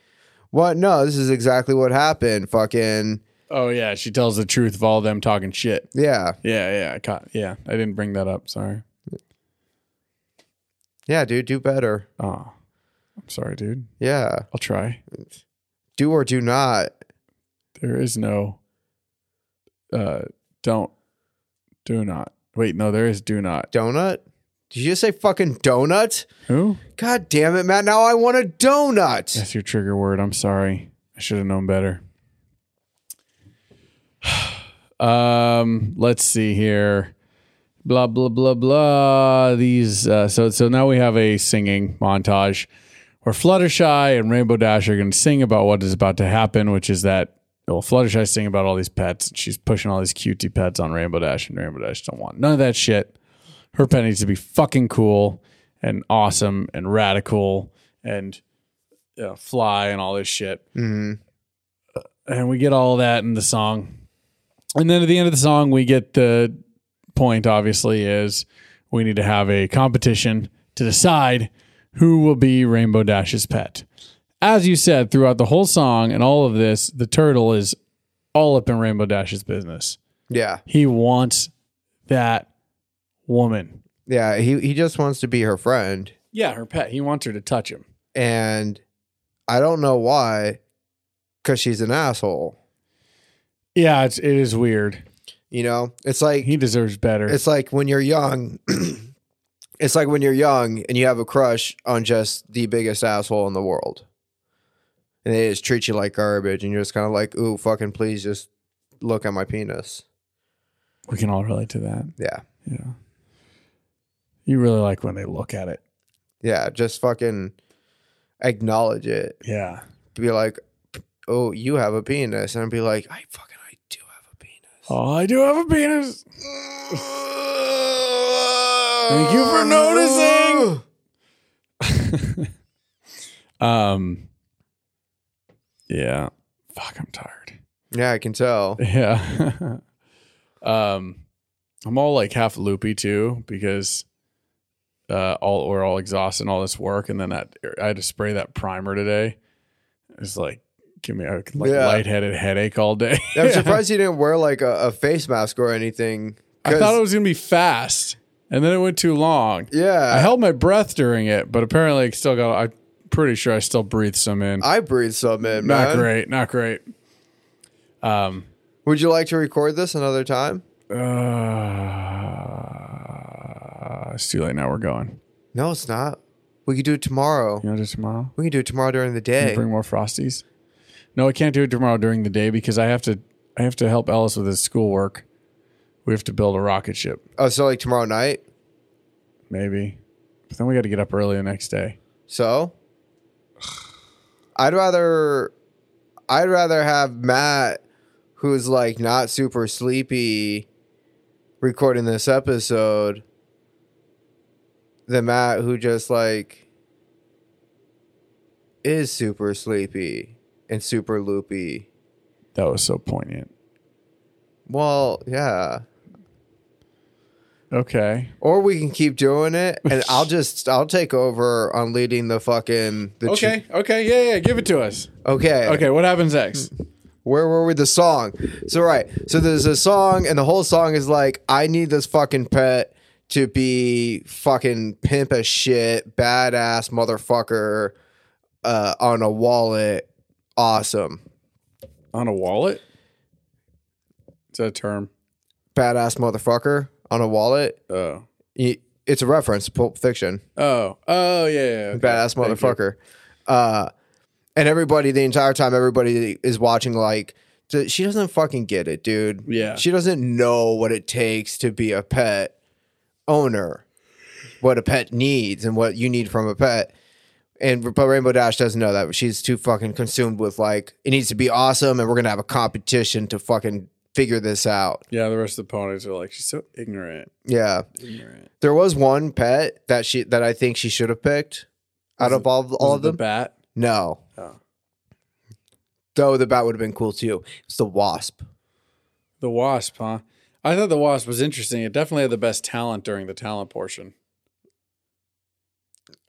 Speaker 3: what no this is exactly what happened fucking
Speaker 2: Oh yeah, she tells the truth of all them talking shit.
Speaker 3: yeah
Speaker 2: Yeah, yeah, I caught. Yeah, I didn't bring that up. Sorry.
Speaker 3: yeah dude do better
Speaker 2: Oh, I'm sorry, dude.
Speaker 3: yeah
Speaker 2: I'll try.
Speaker 3: do or do not
Speaker 2: There is no. Uh, don't, do not. Wait, no, there is do not.
Speaker 3: donut did you just say fucking donut
Speaker 2: Who?
Speaker 3: god damn it matt now i want a donut
Speaker 2: That's your trigger word. I'm sorry. I should have known better. um, let's see here. Blah blah blah blah. These uh, so so now we have a singing montage where Fluttershy and Rainbow Dash are going to sing about what is about to happen, which is that well, Fluttershy's singing about all these pets. and She's pushing all these cutie pets on Rainbow Dash, and Rainbow Dash don't want none of that shit her pet needs to be fucking cool and awesome and radical and uh, fly and all this shit. And we get all that in the song. And then at the end of the song, we get the point, obviously, is we need to have a competition to decide who will be Rainbow Dash's pet. As you said, throughout the whole song and all of this, the turtle is all up in Rainbow Dash's business.
Speaker 3: yeah
Speaker 2: He wants that woman.
Speaker 3: Yeah, he he just wants to be her friend,
Speaker 2: Yeah, her pet. He wants her to touch him.
Speaker 3: and I don't know why, because she's an asshole.
Speaker 2: Yeah, it's, it is weird.
Speaker 3: You know, it's like
Speaker 2: He deserves better.
Speaker 3: it's like when you're young. it's like when you're young and you have a crush on just the biggest asshole in the world, and they just treat you like garbage, and you're just kind of like, "Ooh, fucking, please just look at my penis."
Speaker 2: we can all relate to that.
Speaker 3: Yeah,
Speaker 2: Yeah. You really like when they look at it.
Speaker 3: yeah, just fucking acknowledge it.
Speaker 2: Yeah.
Speaker 3: Be like, "Oh, you have a penis," and be like, "I fucking, I do have a penis."
Speaker 2: Oh, I do have a penis.
Speaker 3: Thank
Speaker 2: you for noticing. Um. Yeah. Fuck, I'm tired.
Speaker 3: Yeah, I can tell.
Speaker 2: Yeah. um, I'm all like half loopy too because uh, all we're all exhausted and all this work, and then that I had to spray that primer today. It's like give me a like
Speaker 3: Yeah.
Speaker 2: lightheaded headache all day.
Speaker 3: I'm surprised you didn't wear like a, a face mask or anything.
Speaker 2: I thought it was gonna be fast, and then it went too long.
Speaker 3: yeah,
Speaker 2: I held my breath during it, but apparently I still got. I'm pretty sure I still breathed some in.
Speaker 3: I breathed some in,
Speaker 2: not
Speaker 3: man.
Speaker 2: great. Not great. Um.
Speaker 3: Would you like to record this another time?
Speaker 2: Uh, it's too late now. We're going.
Speaker 3: No, it's not. We could do it tomorrow.
Speaker 2: You know, just tomorrow.
Speaker 3: We can do it tomorrow during the
Speaker 2: Can you
Speaker 3: day.
Speaker 2: Bring more frosties. No, I can't do it tomorrow during the day because I have to. I have to help Ellis with his schoolwork. We have to build a rocket ship,
Speaker 3: Oh, so like tomorrow night.
Speaker 2: maybe. But then we got to get up early the next day.
Speaker 3: So, I'd rather, I'd rather have Matt, who's like not super sleepy, recording this episode, than Matt who just like is super sleepy and super loopy.
Speaker 2: That was so poignant.
Speaker 3: Well, yeah.
Speaker 2: Okay.
Speaker 3: Or we can keep doing it, and I'll just I'll take over on leading the fucking the ch-
Speaker 2: Okay. Okay. Yeah. Yeah. Give it to us.
Speaker 3: okay.
Speaker 2: Okay. What happens next?
Speaker 3: Where were we? The song. So right. So there's a song, and the whole song is like, I need this fucking pet to be fucking pimp as shit, badass motherfucker uh, on a wallet. Awesome,
Speaker 2: On a wallet? Is that a term?
Speaker 3: badass motherfucker on a wallet.
Speaker 2: Oh.
Speaker 3: Y- It's a reference, to Pulp Fiction.
Speaker 2: Oh. Oh yeah. yeah, okay.
Speaker 3: badass
Speaker 2: Thank you.
Speaker 3: motherfucker. Uh, and everybody, the entire time, everybody is watching like, d- she doesn't fucking get it, dude.
Speaker 2: Yeah.
Speaker 3: She doesn't know what it takes to be a pet owner, what a pet needs and what you need from a pet. And but Rainbow Dash doesn't know that. She's too fucking consumed with like, it needs to be awesome and we're going to have a competition to fucking figure this out.
Speaker 2: Yeah, the rest of the ponies are like, she's so ignorant.
Speaker 3: Yeah.
Speaker 2: Ignorant.
Speaker 3: There was one pet that she, that I think she should have picked out of all, all
Speaker 2: Was it
Speaker 3: of them.
Speaker 2: The bat.
Speaker 3: No.
Speaker 2: Oh.
Speaker 3: Though the bat would have been cool too. It's the wasp.
Speaker 2: The wasp, huh? I thought the wasp was interesting. It definitely had the best talent during the talent portion.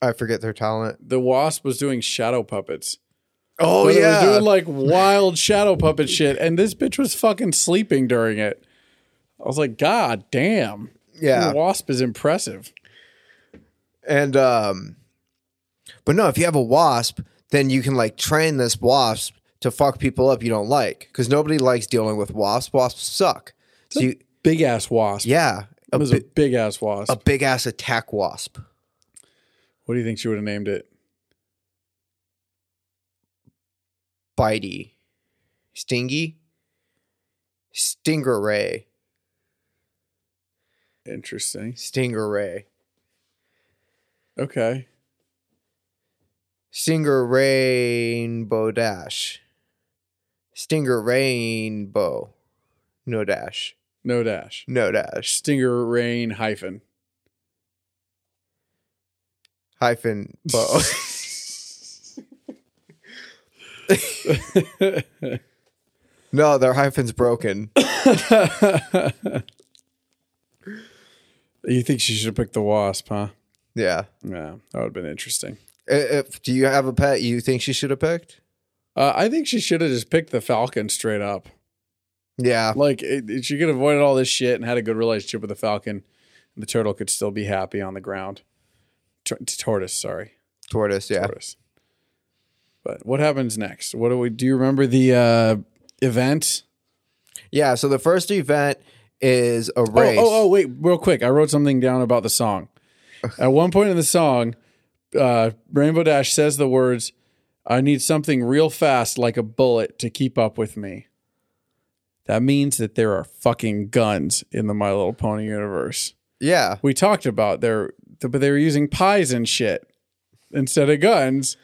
Speaker 3: I forget their talent.
Speaker 2: The wasp was doing shadow puppets.
Speaker 3: Oh
Speaker 2: But
Speaker 3: yeah,
Speaker 2: It was doing like wild shadow puppet shit, and this bitch was fucking sleeping during it. I was like, God damn.
Speaker 3: yeah.
Speaker 2: The wasp is impressive.
Speaker 3: And um, but no, if you have a wasp, then you can like train this wasp to fuck people up you don't like because nobody likes dealing with wasps. Wasps suck. So you,
Speaker 2: Big ass wasp.
Speaker 3: yeah, a,
Speaker 2: It was a
Speaker 3: bi-
Speaker 2: big ass wasp.
Speaker 3: a big ass attack wasp.
Speaker 2: What do you think she would have named it?
Speaker 3: Bitey, stingy, stinger ray,
Speaker 2: Interesting.
Speaker 3: stinger ray.
Speaker 2: Okay.
Speaker 3: Stinger Rainbow Dash. Stinger Rainbow. No dash.
Speaker 2: No dash.
Speaker 3: No dash.
Speaker 2: Stinger rain hyphen.
Speaker 3: Hyphen bow. no, their hyphen's broken.
Speaker 2: You think she should have picked the wasp, huh?
Speaker 3: Yeah.
Speaker 2: Yeah, that would have been interesting.
Speaker 3: I- If, do you have a pet you think she should have picked?
Speaker 2: Uh, I think she should have just picked the falcon straight up.
Speaker 3: Yeah.
Speaker 2: Like it, it- she could have avoided all this shit and had a good relationship with the falcon. And the turtle could still be happy on the ground. Tur- tortoise, sorry,
Speaker 3: Tortoise. Yeah.
Speaker 2: tortoise. But what happens next? What do we do? You remember the uh, event?
Speaker 3: Yeah, so the first event is a race.
Speaker 2: Oh, oh, oh, wait, real quick. I wrote something down about the song. At one point in the song, uh, Rainbow Dash says the words, I need something real fast like a bullet to keep up with me. That means that there are fucking guns in the My Little Pony universe.
Speaker 3: Yeah.
Speaker 2: We talked about they're but they were using pies and shit instead of guns.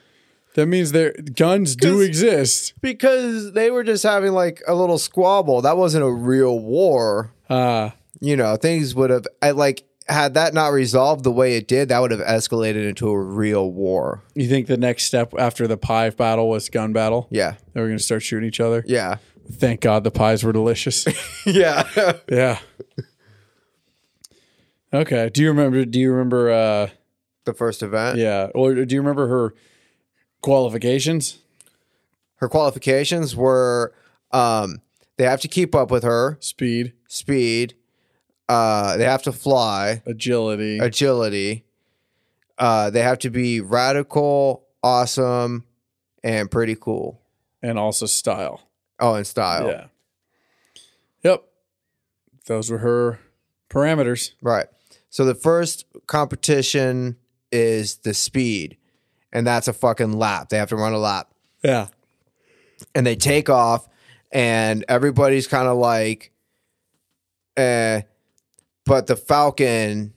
Speaker 2: That means their guns do
Speaker 3: 'Cause-
Speaker 2: exist.
Speaker 3: Because they were just having like a little squabble. That wasn't a real war.
Speaker 2: Uh
Speaker 3: You know, things would have I like had that not resolved the way it did, that would have escalated into a real war.
Speaker 2: you think the next step after the pie battle was gun battle?
Speaker 3: Yeah.
Speaker 2: They were gonna start shooting each other.
Speaker 3: Yeah.
Speaker 2: Thank God the pies were delicious.
Speaker 3: Yeah.
Speaker 2: yeah. Okay. Do you remember? Do you remember? uh
Speaker 3: the first event.
Speaker 2: Yeah. Or do you remember her qualifications?
Speaker 3: Her qualifications were um they have to keep up with her
Speaker 2: Speed,
Speaker 3: speed. Uh they have to fly.
Speaker 2: agility,
Speaker 3: agility. Uh, they have to be radical, awesome, and pretty cool.
Speaker 2: and also style.
Speaker 3: Oh, and style.
Speaker 2: Yeah. Yep. Those were her parameters.
Speaker 3: Right. So the first competition is the speed, and that's a fucking lap. They have to run a lap.
Speaker 2: Yeah.
Speaker 3: and they take off and everybody's kind of like eh but the falcon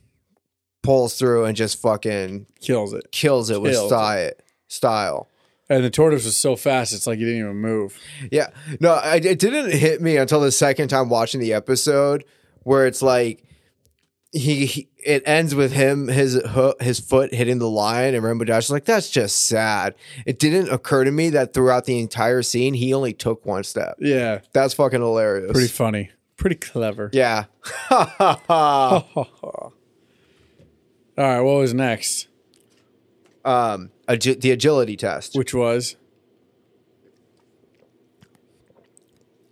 Speaker 3: pulls through and just fucking
Speaker 2: Kills it.
Speaker 3: kills it with
Speaker 2: Kills it.
Speaker 3: style style
Speaker 2: And the tortoise was so fast, it's like he didn't even move.
Speaker 3: yeah no I, it didn't hit me until the second time watching the episode where it's like he, he it ends with him his hook, his foot hitting the line and Rainbow Dash is like that's just sad. It didn't occur to me that throughout the entire scene he only took one step.
Speaker 2: Yeah.
Speaker 3: That's fucking hilarious.
Speaker 2: Pretty funny. Pretty clever.
Speaker 3: Yeah.
Speaker 2: All right. What was next?
Speaker 3: um, agi- the agility test.
Speaker 2: Which was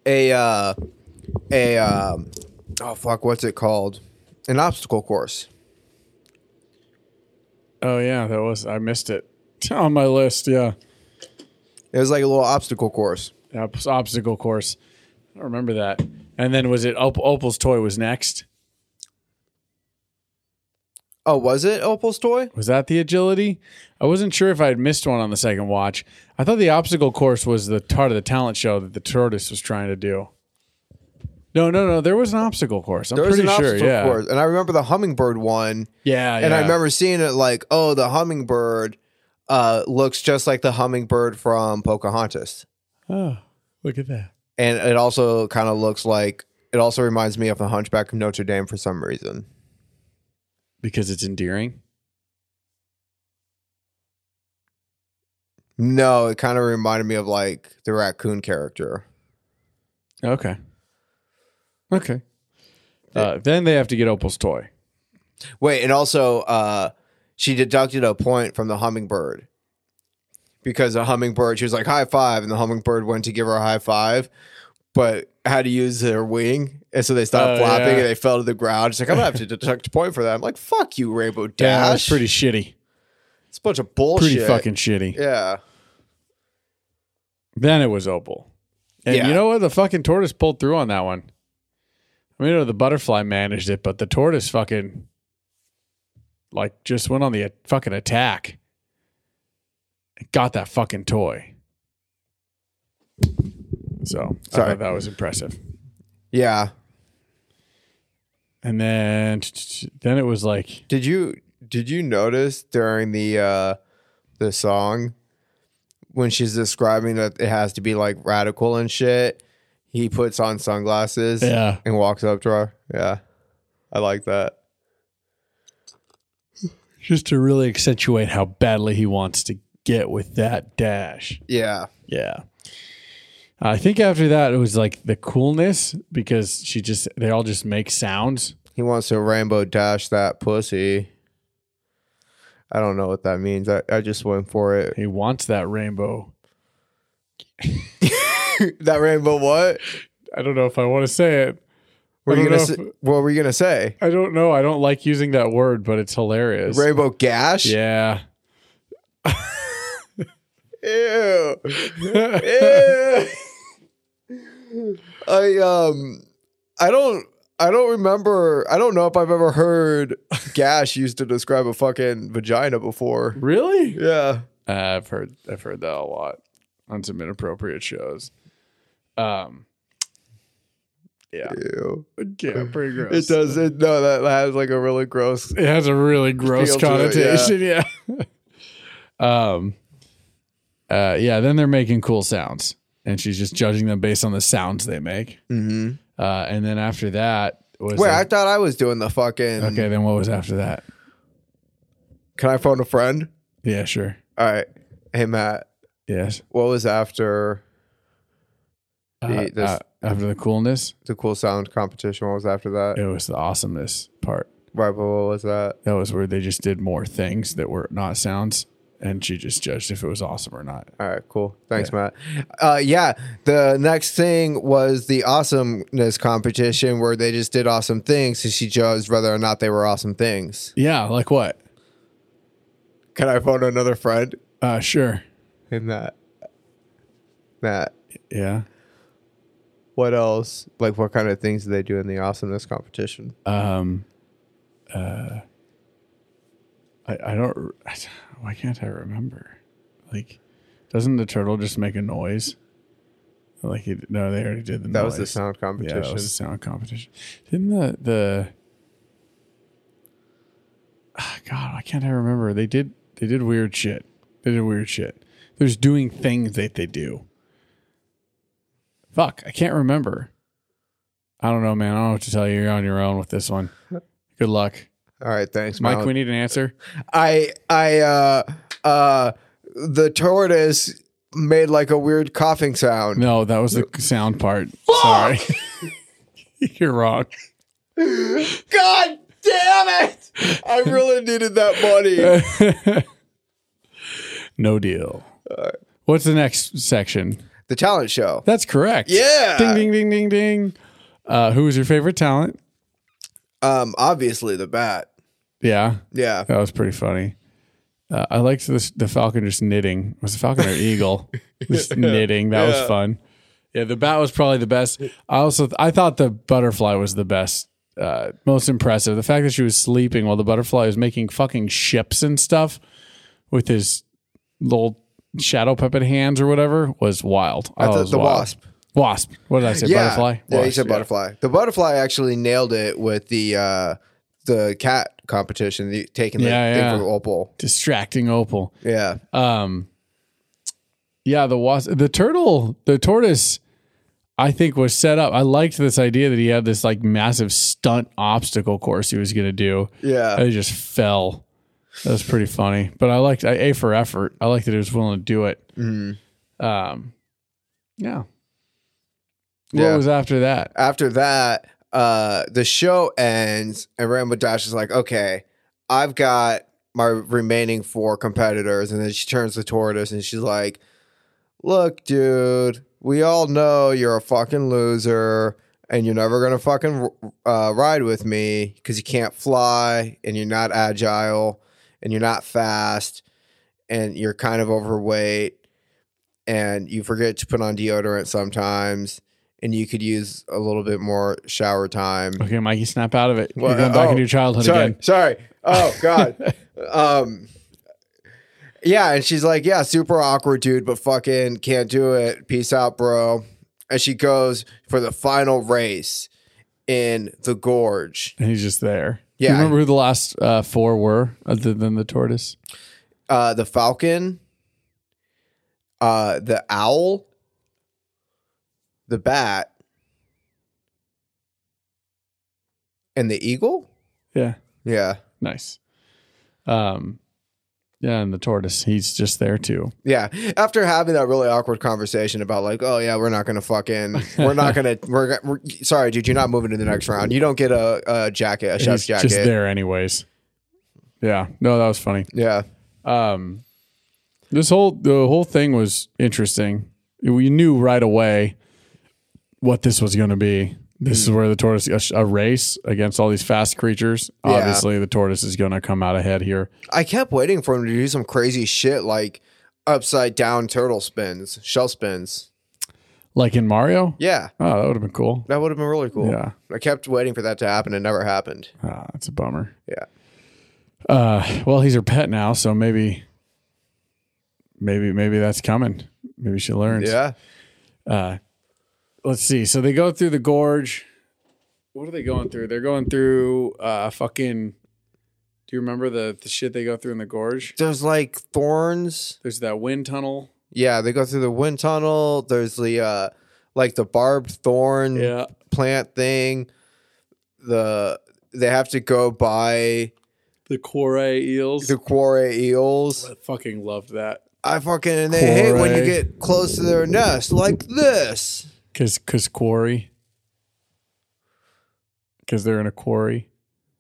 Speaker 3: A uh, a um, oh fuck, what's it called? An obstacle course.
Speaker 2: Oh yeah, that was I missed it on my list. Yeah,
Speaker 3: It was like a little obstacle course.
Speaker 2: Ob- obstacle course. I don't remember that. And then was it Op- Opal's toy was next?
Speaker 3: Oh, was it Opal's toy?
Speaker 2: Was that the agility? I wasn't sure if I had missed one on the second watch. I thought the obstacle course was the part of the talent show that the tortoise was trying to do. No, no, no. There was an obstacle course. I'm
Speaker 3: There was
Speaker 2: pretty
Speaker 3: an
Speaker 2: sure.
Speaker 3: obstacle
Speaker 2: Yeah.
Speaker 3: course, and I remember the hummingbird one.
Speaker 2: yeah,
Speaker 3: And I
Speaker 2: yeah.
Speaker 3: remember seeing it like, oh, the hummingbird uh, looks just like the hummingbird from Pocahontas,
Speaker 2: Oh, look at that.
Speaker 3: and it also kind of looks like. It also reminds me of the Hunchback of Notre Dame for some reason.
Speaker 2: Because it's endearing.
Speaker 3: No, it kind of reminded me of like the raccoon character.
Speaker 2: Okay. Okay. Uh, then they have to get Opal's toy.
Speaker 3: Wait, and also uh she deducted a point from the hummingbird. Because the hummingbird, she was like high five, and the hummingbird went to give her a high five, but had to use their wing, and so they
Speaker 2: Oh,
Speaker 3: stopped flapping
Speaker 2: yeah.
Speaker 3: and they fell to the ground. She's like, I'm gonna have to deduct a point for that. I'm like, fuck you, Rainbow Dash.
Speaker 2: Yeah, that's pretty shitty.
Speaker 3: it's a bunch of bullshit.
Speaker 2: Pretty fucking shitty.
Speaker 3: yeah.
Speaker 2: Then it was Opal. And
Speaker 3: Yeah.
Speaker 2: you know what? The fucking tortoise pulled through on that one. I mean, you know, the butterfly managed it, but the tortoise fucking like just went on the uh, fucking attack. and Got that fucking toy. So I
Speaker 3: Sorry.
Speaker 2: thought that was impressive.
Speaker 3: Yeah.
Speaker 2: And then then it was like
Speaker 3: Did you did you notice during the uh the song when she's describing that it has to be like radical and shit? He puts on sunglasses
Speaker 2: Yeah.
Speaker 3: and walks up to her. Yeah. I like that.
Speaker 2: just to really accentuate how badly he wants to get with that dash.
Speaker 3: Yeah.
Speaker 2: Yeah. I think after that it was like the coolness because she just they all just make sounds.
Speaker 3: He wants to rainbow dash that pussy. I don't know what that means. I, I just went for it.
Speaker 2: He wants that rainbow.
Speaker 3: that rainbow what?
Speaker 2: I don't know if I want to say it.
Speaker 3: Were
Speaker 2: I
Speaker 3: you
Speaker 2: don't
Speaker 3: gonna
Speaker 2: know
Speaker 3: say,
Speaker 2: if-
Speaker 3: what were you gonna say?
Speaker 2: I don't know. I don't like using that word, but it's hilarious.
Speaker 3: Rainbow gash?
Speaker 2: Yeah.
Speaker 3: Ew. Ew. I um I don't I don't remember I don't know if I've ever heard gash used to describe a fucking vagina before.
Speaker 2: Really?
Speaker 3: Yeah.
Speaker 2: I've heard I've heard that a lot on some inappropriate shows. Um, yeah,
Speaker 3: Ew.
Speaker 2: yeah, pretty gross.
Speaker 3: It does it no that has like a really gross
Speaker 2: It has a really gross
Speaker 3: Feel to it, yeah.
Speaker 2: connotation. yeah. um. Uh. Yeah. Then they're making cool sounds, and she's just judging them based on the sounds they make.
Speaker 3: mm-hmm.
Speaker 2: Uh. And then after that was
Speaker 3: Wait, I
Speaker 2: like-
Speaker 3: thought I was doing the fucking
Speaker 2: okay. Then what was after that?
Speaker 3: Can I phone a friend?
Speaker 2: Yeah. Sure.
Speaker 3: All right. Hey Matt,
Speaker 2: Yes.
Speaker 3: what was after
Speaker 2: Uh,
Speaker 3: The- this-
Speaker 2: uh, after the coolness,
Speaker 3: the cool sound competition? What was after that?
Speaker 2: it was the awesomeness part.
Speaker 3: Right, but what was that?
Speaker 2: That was where they just did more things that were not sounds, and she just judged if it was awesome or not.
Speaker 3: All right, cool. Thanks, Matt. Uh, yeah, the next thing was the awesomeness competition where they just did awesome things, and she judged whether or not they were awesome things.
Speaker 2: Yeah. Like what?
Speaker 3: Can I phone another friend?
Speaker 2: Uh. Sure.
Speaker 3: Hey, Matt. Matt,
Speaker 2: Yeah.
Speaker 3: what else? Like, what kind of things do they do in the awesomeness competition?
Speaker 2: um uh i i don't r- I d- why can't i remember like doesn't the turtle just make a noise like he, no they already did the
Speaker 3: That was the
Speaker 2: noise.
Speaker 3: sound
Speaker 2: yeah, that
Speaker 3: competition.
Speaker 2: was the sound competition didn't the the Ah, god why can't i remember they did they did weird shit they did weird shit there's doing things that they do fuck i can't remember i don't know man i don't know what to tell you you're on your own with this one good luck
Speaker 3: All right, thanks,
Speaker 2: mike
Speaker 3: Mel.
Speaker 2: we need an answer
Speaker 3: I I uh uh the tortoise made like a weird coughing sound.
Speaker 2: no that was the sound part sorry you're wrong
Speaker 3: God damn it! I really needed that money.
Speaker 2: no deal what's the next section
Speaker 3: The talent show.
Speaker 2: That's correct.
Speaker 3: Yeah.
Speaker 2: Ding ding ding ding ding. Uh, who was your favorite talent?
Speaker 3: Um, obviously the bat.
Speaker 2: Yeah,
Speaker 3: Yeah.
Speaker 2: that was pretty funny. Uh, I liked this, the falcon just knitting. Was the falcon or eagle just knitting? That was fun. Yeah, the bat was probably the best. I also I thought the butterfly was the best, uh, most impressive. The fact that she was sleeping while the butterfly was making fucking ships and stuff with his little shadow puppet hands or whatever was wild. I thought it
Speaker 3: That's the-
Speaker 2: was
Speaker 3: the
Speaker 2: wild.
Speaker 3: wasp.
Speaker 2: Wasp. What did I say?
Speaker 3: yeah.
Speaker 2: Butterfly.
Speaker 3: Yeah, you
Speaker 2: Wasp,
Speaker 3: said
Speaker 2: yeah.
Speaker 3: butterfly. The butterfly actually nailed it with the uh the cat competition, the, taking the
Speaker 2: Yeah,
Speaker 3: thing
Speaker 2: yeah.
Speaker 3: from Opal.
Speaker 2: distracting opal
Speaker 3: Yeah.
Speaker 2: um yeah the wasp the turtle the tortoise i think was set up i liked this idea that he had this like massive stunt obstacle course he was gonna do
Speaker 3: Yeah.
Speaker 2: and he just fell that was pretty funny but i liked I, a for effort i liked that he was willing to do it
Speaker 3: Mm-hmm.
Speaker 2: um yeah
Speaker 3: Yeah.
Speaker 2: what was after that
Speaker 3: after that, uh, the show ends, and Rambo Dash is like, okay, I've got my remaining four competitors. And then she turns to Tortoise and she's like, look, dude, we all know you're a fucking loser and you're never going to fucking uh, ride with me because you can't fly and you're not agile and you're not fast and you're kind of overweight and you forget to put on deodorant sometimes and you could use a little bit more shower time.
Speaker 2: okay mikey snap out of it
Speaker 3: Well,
Speaker 2: you're going back
Speaker 3: oh,
Speaker 2: into your childhood
Speaker 3: sorry,
Speaker 2: again
Speaker 3: Sorry. Oh God. um Yeah, and she's like, Yeah, super awkward dude, but fucking can't do it. Peace out, bro. And she goes for the final race in the gorge.
Speaker 2: and he's just there Do
Speaker 3: Yeah.
Speaker 2: you remember who the last uh, four were other than the tortoise
Speaker 3: Uh the falcon, uh the owl, the bat, and the eagle?
Speaker 2: yeah
Speaker 3: Yeah.
Speaker 2: Nice. Um, yeah, and the tortoise, he's just there too.
Speaker 3: Yeah. After having that really awkward conversation about like, oh yeah, we're not gonna fucking, we're not gonna, we're, we're sorry, dude, you're not moving to the next round. You don't get a, a jacket, a chef's
Speaker 2: he's
Speaker 3: jacket.
Speaker 2: just there anyways. Yeah, no, that was funny.
Speaker 3: Yeah.
Speaker 2: Um, this whole the whole thing was interesting. We knew right away what this was going to be. This is where the tortoise a, sh- a race against all these fast creatures.
Speaker 3: Yeah.
Speaker 2: Obviously, the tortoise is going to come out ahead here.
Speaker 3: I kept waiting for him to do some crazy shit like upside down turtle spins, shell spins.
Speaker 2: Like in Mario?
Speaker 3: Yeah,
Speaker 2: Oh, that would have been cool.
Speaker 3: that would have been really cool.
Speaker 2: Yeah.
Speaker 3: I kept waiting for that to happen. It never happened.
Speaker 2: Ah, that's a bummer.
Speaker 3: Yeah.
Speaker 2: Uh, well, he's her pet now, so maybe, maybe, maybe that's coming. Maybe she learns.
Speaker 3: Yeah.
Speaker 2: Let's see. So they go through the gorge. What are they going through? They're going through uh fucking. Do you remember the the shit they go through in the gorge?
Speaker 3: There's like thorns.
Speaker 2: There's that wind tunnel.
Speaker 3: Yeah, they go through the wind tunnel. There's the uh like the barbed thorn plant thing. The they have to go by
Speaker 2: the Koray eels.
Speaker 3: the quarry eels.
Speaker 2: I fucking loved that
Speaker 3: I fucking and they hate when you
Speaker 2: Quarry.
Speaker 3: get close to their nest like this.
Speaker 2: because because quarry because they're in a quarry.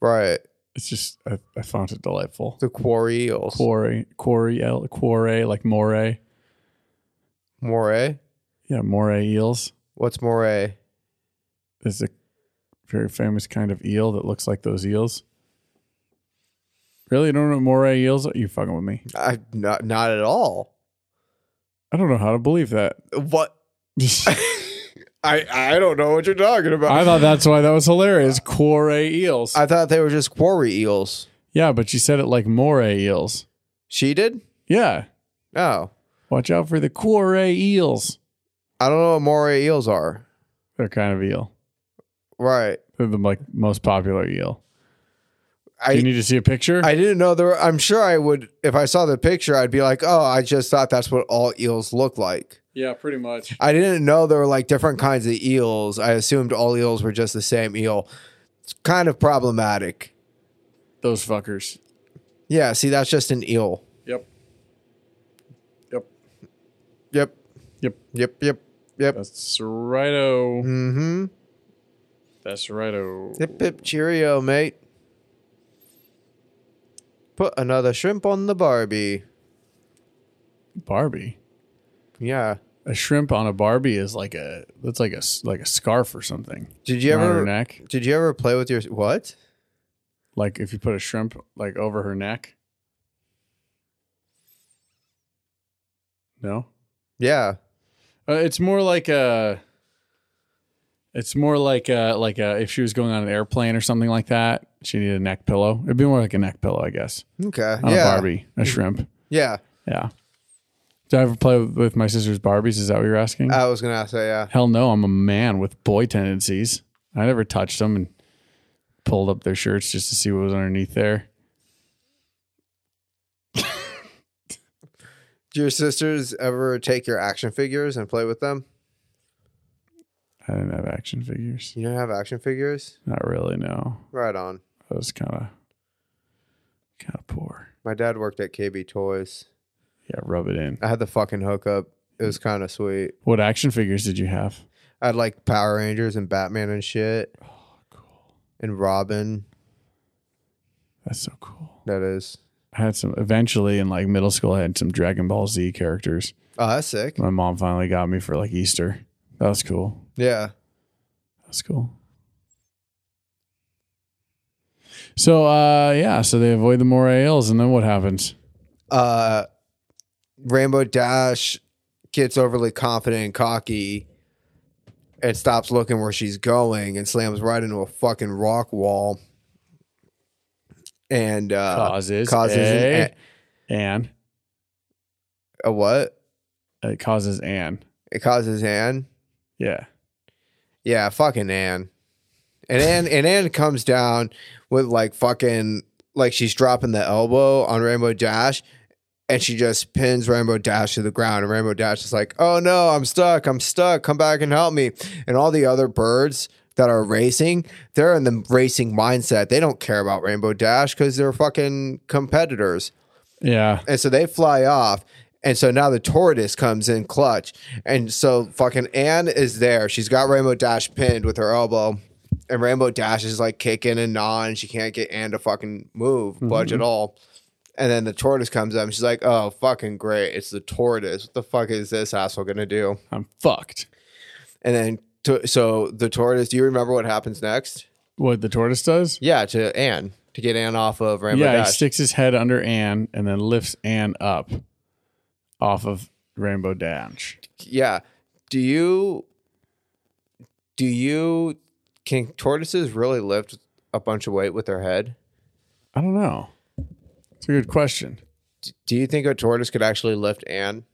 Speaker 3: Right.
Speaker 2: It's just I, I found it delightful.
Speaker 3: The quarry eels.
Speaker 2: Quarry, quarry, el- quarry, like moray.
Speaker 3: Moray?
Speaker 2: Yeah, moray eels
Speaker 3: What's moray?
Speaker 2: is a very famous kind of eel that looks like those eels. Really, you don't know what moray eels? Are you fucking with me?
Speaker 3: I not not at all.
Speaker 2: I don't know how to believe that.
Speaker 3: What
Speaker 2: I
Speaker 3: I I don't know what you're talking about. I,
Speaker 2: thought that's why that was hilarious. Quarry eels.
Speaker 3: thought they were just quarry eels.
Speaker 2: yeah, but you said it like moray eels.
Speaker 3: She did?
Speaker 2: Yeah,
Speaker 3: No.
Speaker 2: watch out for the quarry eels.
Speaker 3: I don't know what moray eels are.
Speaker 2: They're kind of eel.
Speaker 3: Right.
Speaker 2: They're the like most popular eel.
Speaker 3: I
Speaker 2: you need to see a picture.
Speaker 3: I didn't know there. Were, I'm sure I would if I saw the picture. I'd be like, oh, I just thought that's what all eels look like.
Speaker 2: yeah, pretty much.
Speaker 3: I didn't know there were like different kinds of eels. I assumed all eels were just the same eel. It's kind of problematic.
Speaker 2: Those fuckers.
Speaker 3: Yeah. See, that's just an eel.
Speaker 2: Yep. Yep.
Speaker 3: Yep.
Speaker 2: Yep.
Speaker 3: Yep. Yep. Yep.
Speaker 2: That's righto.
Speaker 3: Mm-hmm.
Speaker 2: That's righto.
Speaker 3: Hip hip cheerio, mate. Put another shrimp on the Barbie.
Speaker 2: Barbie.
Speaker 3: Yeah.
Speaker 2: A shrimp on a Barbie is like a that's like a s- like a scarf or something.
Speaker 3: Did you
Speaker 2: around her
Speaker 3: ever?
Speaker 2: neck?
Speaker 3: Did you ever play with your what?
Speaker 2: Like if you put a shrimp like over her neck. No.
Speaker 3: Yeah.
Speaker 2: Uh, it's more like a. It's more like a, like a, if she was going on an airplane or something like that, she needed a neck pillow. It'd be more like a neck pillow, I guess.
Speaker 3: Okay.
Speaker 2: Not
Speaker 3: yeah.
Speaker 2: a Barbie, a shrimp.
Speaker 3: Yeah.
Speaker 2: Yeah. Do I ever play with, with my sister's Barbies? Is that what you're asking?
Speaker 3: I was gonna say yeah.
Speaker 2: Hell no, I'm a man with boy tendencies. I never touched them and pulled up their shirts just to see what was underneath there.
Speaker 3: Do your sisters ever take your action figures and play with them?
Speaker 2: I didn't have action figures.
Speaker 3: You don't have action figures?
Speaker 2: Not really, no.
Speaker 3: Right on.
Speaker 2: I was kind of kind of poor.
Speaker 3: My dad worked at KB Toys.
Speaker 2: Yeah, rub it in.
Speaker 3: I had the fucking hookup. It was kind of sweet.
Speaker 2: What action figures did you have?
Speaker 3: I had like Power Rangers and Batman and shit. Oh, cool. And Robin.
Speaker 2: That's so cool.
Speaker 3: That is.
Speaker 2: I had some eventually in like middle school. I had some Dragon Ball Z characters.
Speaker 3: Oh, that's sick.
Speaker 2: My mom finally got me for like Easter. That was cool.
Speaker 3: Yeah.
Speaker 2: That's cool. So uh yeah, so they avoid the more ales, and then what happens?
Speaker 3: uh, Rainbow Dash gets overly confident and cocky and stops looking where she's going and slams right into a fucking rock wall and uh,
Speaker 2: Causes
Speaker 3: causes
Speaker 2: a,
Speaker 3: an,
Speaker 2: and
Speaker 3: a, a what?
Speaker 2: it causes an
Speaker 3: It causes Anne.
Speaker 2: yeah
Speaker 3: Yeah, fucking Anne. And Anne and Anne comes down with like fucking like she's dropping the elbow on Rainbow Dash and she just pins Rainbow Dash to the ground and Rainbow Dash is like, "Oh no, I'm stuck. I'm stuck. Come back and help me." And all the other birds that are racing, they're in the racing mindset. They don't care about Rainbow Dash cuz they're fucking competitors.
Speaker 2: yeah
Speaker 3: And so they fly off. And so now the tortoise comes in clutch. And so fucking Anne is there. She's got Rainbow Dash pinned with her elbow. And Rainbow Dash is like kicking and gnawing. She can't get Anne to fucking move, budge at all. And then the tortoise comes up and she's like, oh, fucking great. It's the tortoise. What the fuck is this asshole going to do?
Speaker 2: I'm fucked.
Speaker 3: And then, to, so the tortoise, do you remember what happens next?
Speaker 2: What the tortoise does?
Speaker 3: Yeah, to Anne, to
Speaker 2: Oh
Speaker 3: get Anne off of Rainbow
Speaker 2: yeah, he
Speaker 3: Dash.
Speaker 2: sticks his head under Anne and then lifts Anne up off of Rainbow Dash.
Speaker 3: Yeah. Do you do you can tortoises really lift a bunch of weight with their head?
Speaker 2: I don't know. It's a good question.
Speaker 3: Do you think a tortoise could actually lift Anne?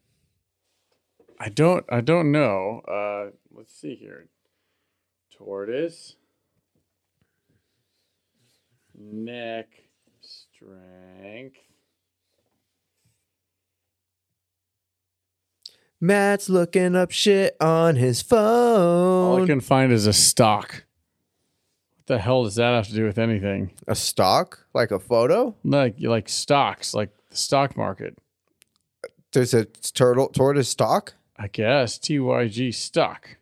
Speaker 2: I don't. I don't know. Uh, let's see here. Tortoise neck strength.
Speaker 3: Matt's looking up shit on his
Speaker 2: All I
Speaker 3: phone.
Speaker 2: can find is a stock. What the hell does that have to do with anything?
Speaker 3: a stock? Like a photo?
Speaker 2: Like like stocks, like the stock market.
Speaker 3: There's a turtle tortoise stock?
Speaker 2: I guess TYG stock.